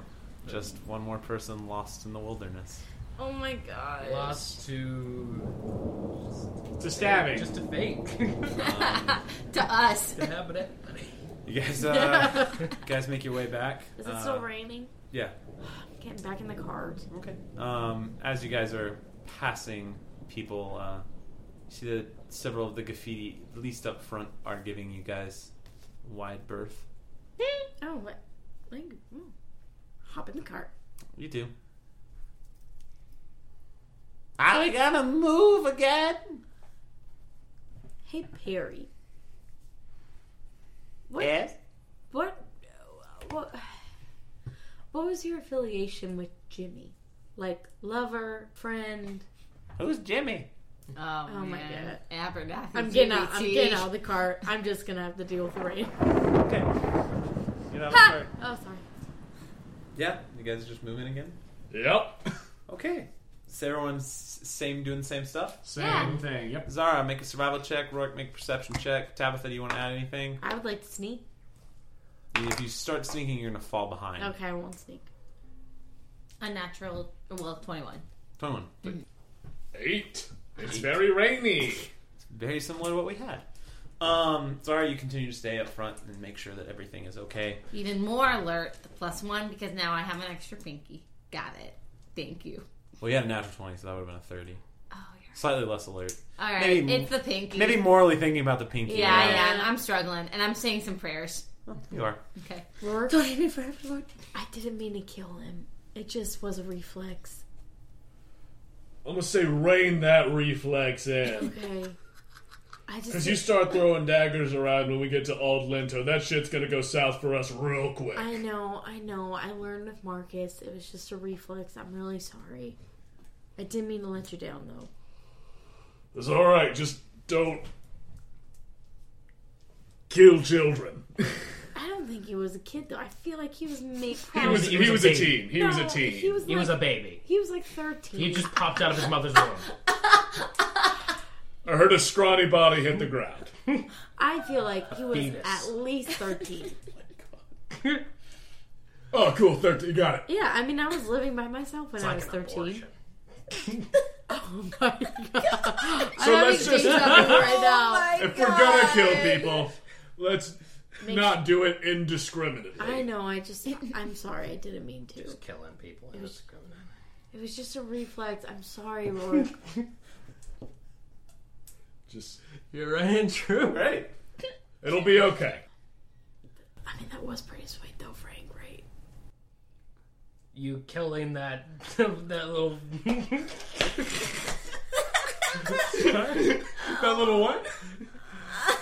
Just one more person lost in the wilderness.
Oh my god.
Lost to
To stabbing.
Just to fate.
to us.
to happen to everybody.
You guys, uh, you guys make your way back.
Is it
Uh,
still raining?
Yeah.
Getting back in the cars.
Okay. Um, as you guys are passing people, uh, you see that several of the graffiti, at least up front, are giving you guys wide berth.
Oh, what? Like, mm. hop in the cart.
You do.
Are we gonna move again?
Hey Perry. What?
Eh?
Yes?
What? What? What was your affiliation with Jimmy? Like lover, friend?
Who's Jimmy?
Oh,
Oh my
man. Abernathy.
I'm getting out. I'm
GBT.
getting out of the car. I'm just gonna have to deal with the rain.
Okay. Get out of the
Ha!
cart.
Oh, sorry.
Yeah. You guys are just moving again?
Yep.
Okay. Is everyone s- same doing the same stuff?
Same
Yeah.
thing. Yep.
Zara, make a survival check. Rourke, make a perception check. Tabitha, do you want to add anything?
I would like to sneak.
I mean, if you start sneaking, you're going to fall behind.
Okay, I won't sneak.
A natural, well, 21.
21.
Eight. It's very rainy.
Very similar to what we had. Um, Zara, you continue to stay up front and make sure that everything is okay.
Even more alert, the plus one, because now I have an extra pinky. Got it. Thank you.
Well, you had a natural 20, so that would have been a 30.
Oh,
Slightly less alert.
All right, it's the pinky.
Maybe morally thinking about the pinky. Oh,
Yeah, yeah, I'm, I'm struggling, and I'm saying some prayers.
You are.
Okay.
Rourke,
Don't hate me forever, Lord.
I didn't mean to kill him. It just was a reflex.
I'm gonna say rein that reflex in.
Okay. I just.
Because you start throwing daggers around when we get to Old Linto, that shit's gonna go south for us real quick.
I know, I know. I learned with Marcus. It was just a reflex. I'm really sorry. I didn't mean to let you down, though.
It's alright, just don't kill children.
I don't think he was a kid, though. I feel like he was made.
He was, he was a teen. He was a teen.
He was, like,
a baby.
He was like 13.
He just popped out of his mother's womb.
I heard a scrawny body hit the ground.
I feel like he was
Venus.
at least 13.
Oh, cool, 13, you got it.
yeah, I mean, I was living by myself when
It's
I was
like
13.
So
I'm
let's
having
just.
deja vu right now.
Oh my
if we're gonna kill people, let's not do it indiscriminately.
I know, I just. I'm sorry, I didn't mean to. Just
killing people.
It was, it was just a reflex. I'm sorry, Rourke.
Just
you're right and true.
Right. It'll be okay.
I mean, that was pretty sweet, though, Frank, right?
You killing that that little that
little what?
I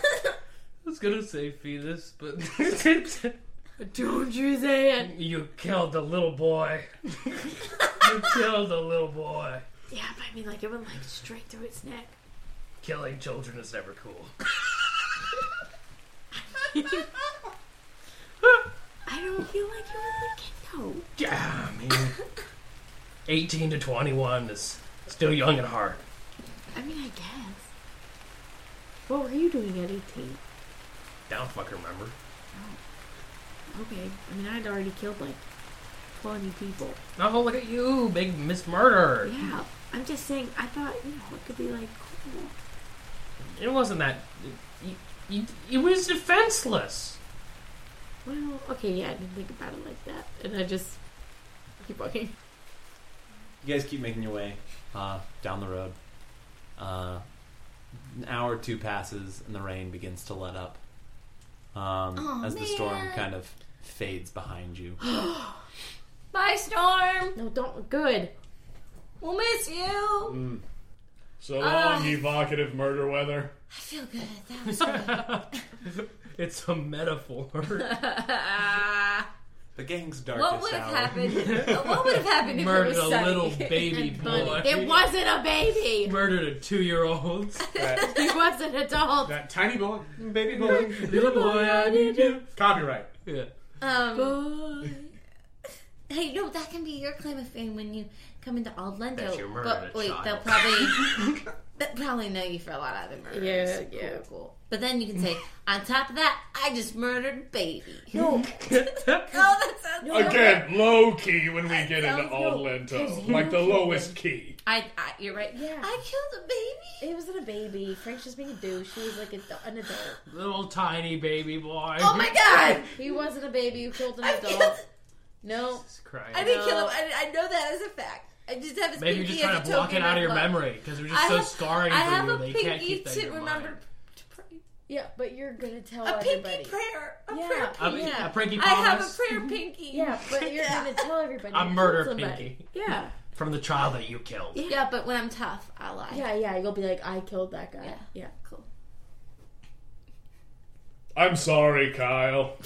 was gonna say fetus, but
don't you say it.
You killed the little boy. you killed the little boy.
Yeah, but I mean, like, it went, like, straight through its neck.
Killing children is never cool.
I don't feel like it was a kid, though.
Yeah, man. Eighteen to twenty-one is still young at heart.
I mean, I guess. What were you doing at 18?
Don't fucking remember.
Okay, I mean, I'd already killed, like, 20 people.
Oh, look at you, big Miss Murder.
Yeah, I'm just saying, I thought, you know, it could be, like, cool.
It wasn't that. It, it, it was defenseless.
Well, okay, yeah, I didn't think about it like that. And I just keep walking.
You guys keep making your way uh, down the road. Uh, an hour or two passes, and the rain begins to let up um,
Aw,
as the storm
man.
kind of fades behind you.
Bye, Storm.
No, don't. Good.
We'll miss you.
Mm. So long,
Uh.
evocative murder weather.
I feel good. That was good.
It's a metaphor.
the gang's
what would have happened? what would have happened if
Murdered
it was
a
sunny
little
and
baby
funny?
boy.
It wasn't a baby.
Murdered a two-year-old.
He was an adult.
That tiny boy, baby boy, little boy, I need you. Copyright.
Yeah.
Um, Hey, no, that can be your claim of fame when you come into Old Lento.
That you murdered
but
a
wait,
child.
they'll probably they'll probably know you for a lot of other murders.
Yeah,
cool,
yeah.
cool. But then you can say, on top of that, I just murdered a baby.
No.
no, that sounds
Again, low key when we get into Old
Cause
Lento.
you
Like the
killed
lowest key.
I, I, you're right. Yeah. I killed a baby.
It wasn't a baby. Frank's just being a douche. He was like a, an adult.
Little tiny baby boy.
Oh my god!
He wasn't a baby who killed an
I
adult.
killed-
No.
Christ.
I didn't kill him. I, I know that as a fact. I just have his
Maybe you're
pinky
just trying
as a
to block it
token
out of your
love.
memory because it was
I
just so
have-
scarring
I
for
have
you
a
that you can't
pinky
keep that in
to
your
remember
mind.
Yeah, but you're gonna tell
A pinky
everybody.
prayer. A
yeah.
prayer
A-
pinky.
a pinky
I have a
promise.
prayer E. pinky.
Yeah, but you're gonna tell everybody.
A
you
murder
killed somebody.
pinky.
Yeah.
From the child that you killed.
yeah. but when I'm tough, I lie.
Yeah, yeah. You'll be like, I killed that guy. Yeah.
Cool.
I'm sorry, Kyle.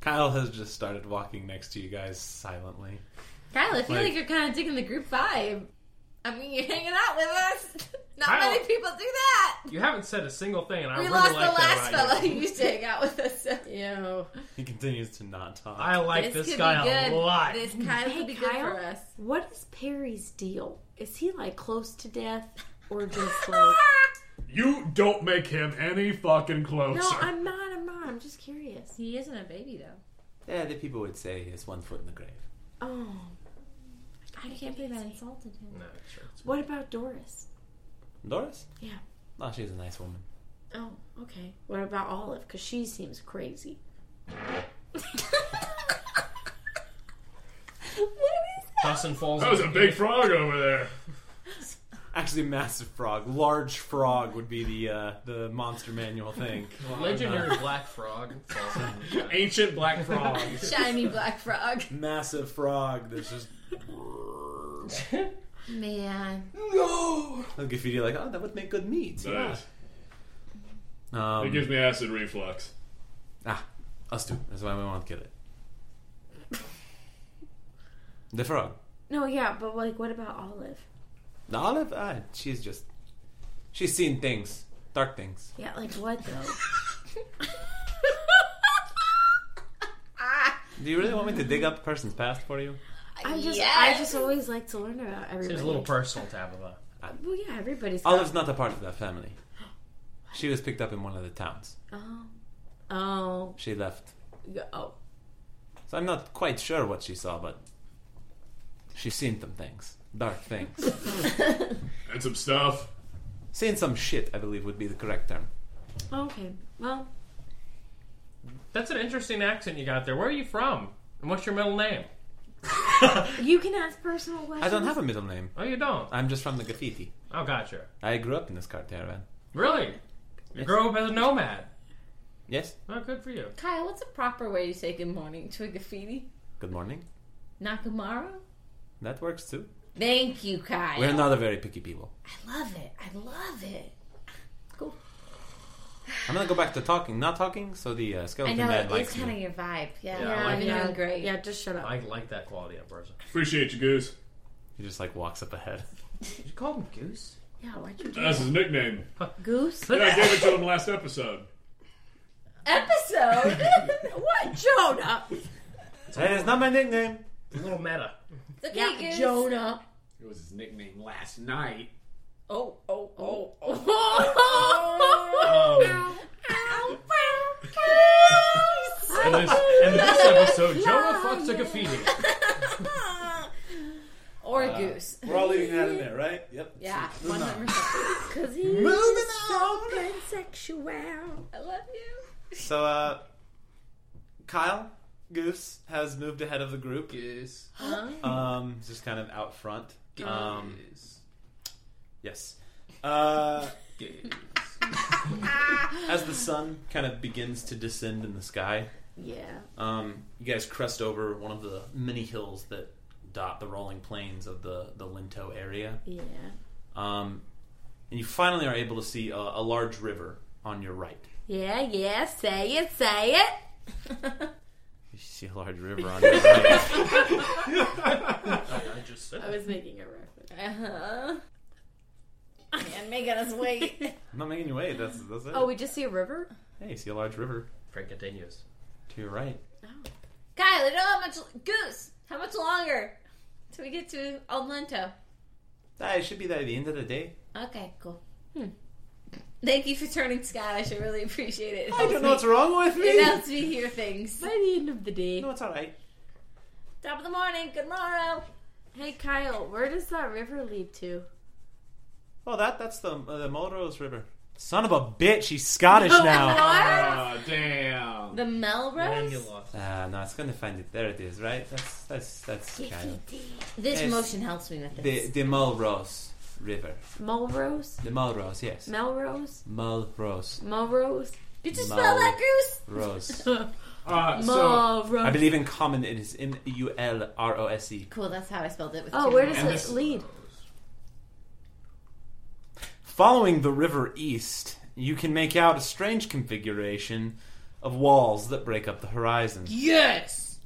Kyle has just started walking next to you guys silently.
Kyle, I feel like,
Like-
you're kind of digging the group vibe. I mean, you're hanging out with us. Not
Kyle-
many people do that.
You haven't said a single thing, and I
we
really
lost
like
the last
that about
fellow
you.
who used to hang out with us.
Yeah.
He continues to not talk.
I like this,
could
guy
be good.
a lot.
This Kyle
Hey,
could be good
Kyle?
for us.
What is Perry's deal? Is he like close to death or just like?
You don't make him any fucking closer.
no, I'm not. I'm not. I'm just curious.
He isn't a baby though.
Yeah, the people would say he has one foot in the grave.
Oh,
I can't believe I insulted him.
No, sure.
what about Doris?
Doris?
Yeah.
Oh, she's a nice woman.
Oh, okay. What about Olive? Because she seems crazy.
Dustin falls.
That was a big frog over there.
Actually, massive frog. Large frog would be the uh, the monster manual thing.
Legendary
Uh,
black frog.
Ancient black frogs.
Shiny black frog.
massive frog that's just
Man.
No!
And Graffiti like, oh, that would make good meat.
Nice.
Um,
it gives me acid reflux.
Ah, us two. That's why we won't get it. The frog.
No, yeah, but like, what about Olive?
The olive? Ah, she's just. She's seen things. Dark things.
Yeah, like what though?
Do you really want me to dig up a person's past for you?
I'm just,
Yes.
I just always like to learn about everybody.
Seems a little personal, Tabitha.
Well, yeah, everybody's. got-
Olive's not a part of that family. She was picked up in one of the towns.
Oh, oh,
She left.
yeah, oh.
So I'm not quite sure what she saw, but she's seen some things. Dark things.
and some stuff.
Seen some shit, I believe, would be the correct term.
Okay. Well,
That's an interesting accent you got there. Where are you from? And what's your middle name?
you can ask personal questions.
I don't have a middle name.
Oh, you don't?
I'm just from the graffiti.
Oh, gotcha.
I grew up in this car caravan.
Really? You grew up as a nomad.
Yes?
Oh, good for you.
Kyle, what's a proper way to say good morning to a graffiti?
Good morning.
Nakamura?
That works too.
Thank you, Kyle.
We're not a very picky people.
I love it. I love it.
I'm gonna go back to talking, not talking, so the uh,
I
skeleton
know
man
it is
likes
kind
me.
of your vibe. Yeah,
Yeah, I
yeah,
like
you've been
that.
doing great.
Yeah, just shut up.
I like that quality in a person.
Appreciate you, Goose.
He just like walks up ahead.
Did you call him Goose?
Yeah, why'd you do
That's his
that?
nickname.
Goose?
Yeah, I gave it to him last episode.
Episode? what, Jonah?
That is not my nickname.
A little meta.
Okay,
Yeah,
Goose.
Jonah.
It was his nickname last night.
Oh, oh, oh, oh.
Um,
And this, and this episode, Jonah fucks a graffiti.
or
Uh,
Goose.
We're all leaving that in there, right? Yep.
Yeah,
Moving on.
100%. Because he's
Moving
so pansexual. I love you.
So, uh, Kyle Goose has moved ahead of the group. Goose. Um, just kind of out front. Um, yes. Uh, as the sun kind of begins to descend in the sky.
Yeah.
Um, you guys crest over one of the many hills that dot the rolling plains of the the Linto area.
Yeah.
Um, and you finally are able to see a, a large river on your right.
Yeah, yeah. Say it, say it.
You see a large river on your right.
I just said
I was making a reference.
Uh huh. Man, making us wait.
I'm not making you wait. That's that's it.
Oh, we just see a river.
Hey, you see a large river.
Frank continues.
To your right.
Kyle, I don't know how much. Goose, how much longer till we get to Old Lento?
Ah, it should be there at the end of the day.
Okay, cool. Hmm. Thank you for turning Scott. I should really appreciate it. It
I
helps
don't know what's wrong with me.
It helps me hear things.
By the end of the day.
No, it's all right.
Top of the morning. Good morrow.
Hey, Kyle, where does that river lead to?
Oh, that that's the uh, the Melrose River. Son of a bitch, he's Scottish
Oh,
No,
now. Oh, damn.
The Melrose.
Ah, no, it's gonna find it. There it is, right? That's that's that's kind of
This
Yes.
motion helps me with
the
this.
the Melrose River.
Melrose?
The Melrose, yes.
Melrose?
Melrose.
Melrose?
Did
you spell Mel- that, Goose? Rose.
Uh,
so- Melrose.
I believe in common it is M U L R O S E.
cool, that's how I spelled it with
oh,
two
where does
And
it
this-
lead?
Following the river east, you can make out a strange configuration of walls that break up the horizon.
Yes!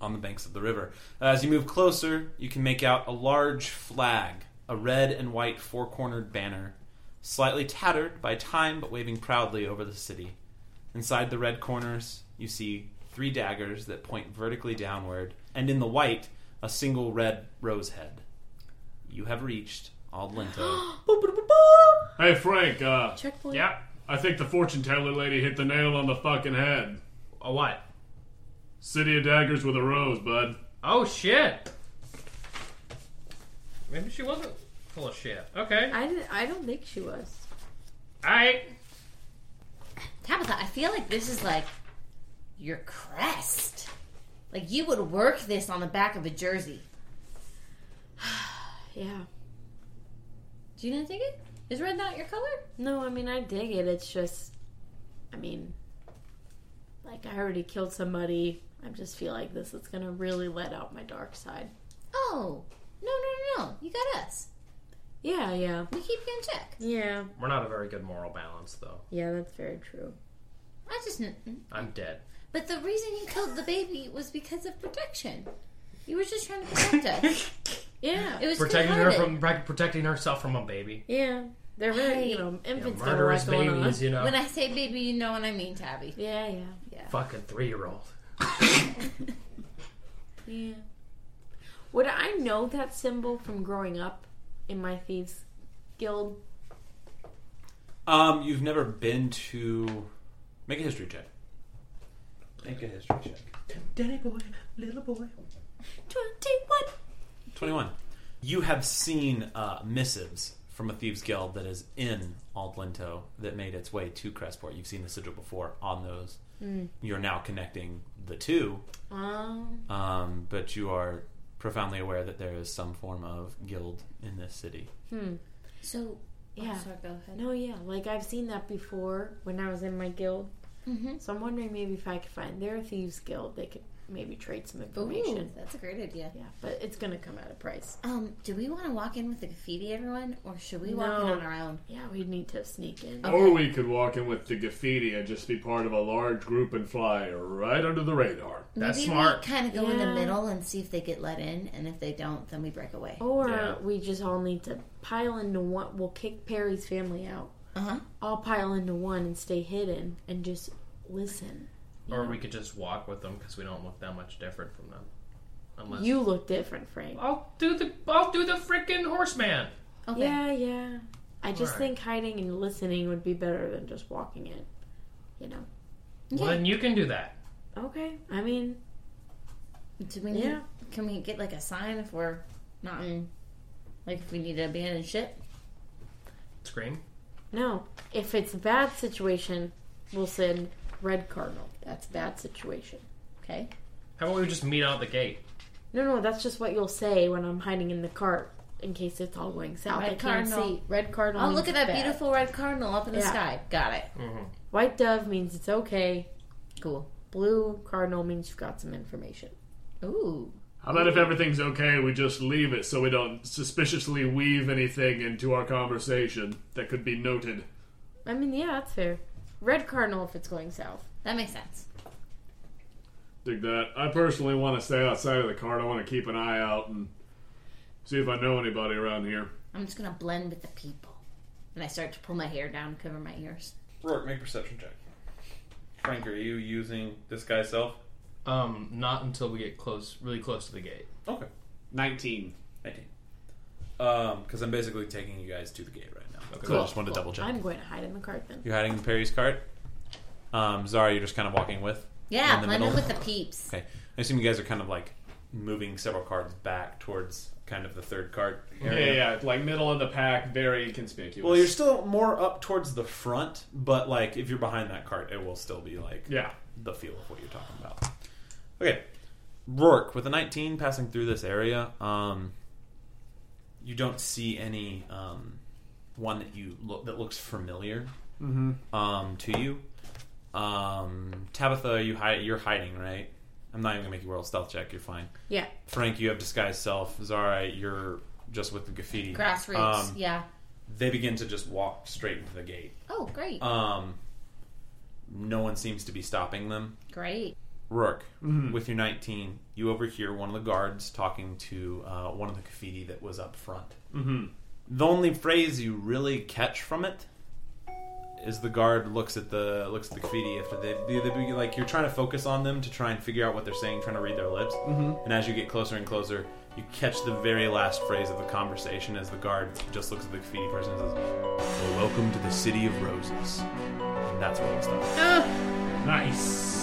On the banks of the river. Uh, As you move closer, you can make out a large flag, a red and white four cornered banner, slightly tattered by time but waving proudly over the city. Inside the red corners, you see three daggers that point vertically downward, and in the white, a single red rose head. You have reached Ald Linto.
Hey, Frank. Uh,
Checkpoint.
Yeah. I think the fortune teller lady hit the nail on the fucking head.
A what?
City of Daggers with a rose, bud.
Oh shit. Maybe she wasn't full of shit. Okay.
I, didn't, I don't think she was.
Alright.
Tabitha, I feel like this is like your crest. Like you would work this on the back of a jersey.
Yeah.
Do you not dig it? Is red not your color?
No, I mean, I dig it. It's just, I mean, like, I already killed somebody. I just feel like this is going to really let out my dark side.
Oh, No, no, no, no. You got us.
Yeah, yeah.
We keep you in check.
Yeah.
We're not a very good moral balance, though.
Yeah, that's very true.
I just. mm.
I'm dead.
But the reason you killed the baby was because of protection. You were just trying to protect us.
yeah.
It was
Protecting her
good-hearted.
from pre- protecting herself from a baby.
Yeah. They're very, you know, infants don't know
murderous
what's going on.
babies, you know.
When I say baby, you know what I mean, Tabby.
Yeah, yeah.
Yeah.
Fucking three year old.
Yeah. Would I know that symbol from growing up in my thieves guild?
Um, you've never been to. Make a history check. Make a history check.
Daddy boy, little boy.
21.
21. You have seen uh, missives from a thieves' guild that is in Aldlinto that made its way to Crestport. You've seen the sigil before on those.
Mm.
You're now connecting the two,
Oh.
um, but you are profoundly aware that there is some form of guild in this city.
Hmm.
So,
yeah.
sorry, go ahead.
No, yeah. Like, I've seen that before when I was in my guild.
Mhm.
So I'm wondering maybe if I could find their thieves guild, they could maybe trade some information.
Ooh, that's a great idea.
Yeah, but it's going to come at a price.
Um, do we want to walk in with the graffiti, everyone, or should we walk in
No.
on our own?
Yeah, we need to sneak in.
Or we could walk in with the graffiti and just be part of a large group and fly right under the radar.
Maybe we kind of go in the middle and see if they get let in, and if they don't, then we break away.
Or we just all need to pile into one. We'll kick Perry's family out.
Uh huh.
All pile into one and stay hidden and just listen.
Or we could just walk with them because we don't look that much different from them. Unless
You look different, Frank.
I'll do the I'll do the freaking horseman.
Okay.
Yeah, yeah. I just
Alright.
think hiding and listening would be better than just walking in. You know.
Well, then you can do that.
Okay. I mean,
Do we need?
Yeah.
Can we get like a sign if we're not in? Like if we need to abandon ship?
Scream.
no. If it's a bad situation, we'll send red cardinal. That's bad situation.
Okay.
How about we just meet out the gate?
No, no. That's just what you'll say when I'm hiding in the cart in case it's all going south. I
Red
can't
cardinal.
see. Red cardinal.
Oh, look at
means
that
bad.
beautiful red cardinal up in the
Yeah.
sky. Got it.
White dove means it's okay.
Cool.
Blue cardinal means you've got some information.
Ooh.
How about if everything's okay, we just leave it so we don't suspiciously weave anything into our conversation that could be noted?
I mean, yeah, that's fair. Red cardinal if it's going south.
That makes sense.
Dig that. I personally want to stay outside of the cart. I want to keep an eye out and see if I know anybody around here.
I'm just gonna blend with the people, and I start to pull my hair down, cover my ears.
Rourke, make a perception check. Frank, are you using this guy's self?
Um, not until we get close, really close to the gate.
Okay.
19.
19. Because Um, I'm basically taking you guys to the gate right now. Okay. So I just wanted to double check.
I'm going to hide in the cart then.
You're hiding in Perry's cart. Um, Zara, you're just kind of walking with.
Yeah,
in the
blend in
middle.
with the peeps.
Okay, I assume you guys are kind of like moving several cards back towards kind of the third card.
Yeah,
area.
yeah, like middle of the pack, very inconspicuous.
Well, you're still more up towards the front, but like if you're behind that cart, it will still be like
Yeah.
the feel of what you're talking about. Okay, Rourke with a 19 passing through this area, um, you don't see any um, one that you look that looks familiar
Mhm.
um, to you. Um, Tabitha, you hide, you're hiding, right? I'm not even gonna make you roll a stealth check. You're fine.
Yeah.
Frank, you have disguised self. Zara, you're just with the graffiti.
Grassroots,
Um,
yeah.
They begin to just walk straight into the gate.
Oh, great.
Um, no one seems to be stopping them.
Great.
Rourke,
Mhm.
with your 19, you overhear one of the guards talking to uh, one of the graffiti that was up front.
Mhm.
The only phrase you really catch from it is the guard looks at the looks at the graffiti after they, they, they be- like you're trying to focus on them to try and figure out what they're saying, trying to read their lips.
Mhm.
And as you get closer and closer, you catch the very last phrase of the conversation as the guard just looks at the graffiti person and says, well, "Welcome to the city of roses." And that's where we stop.
Nice.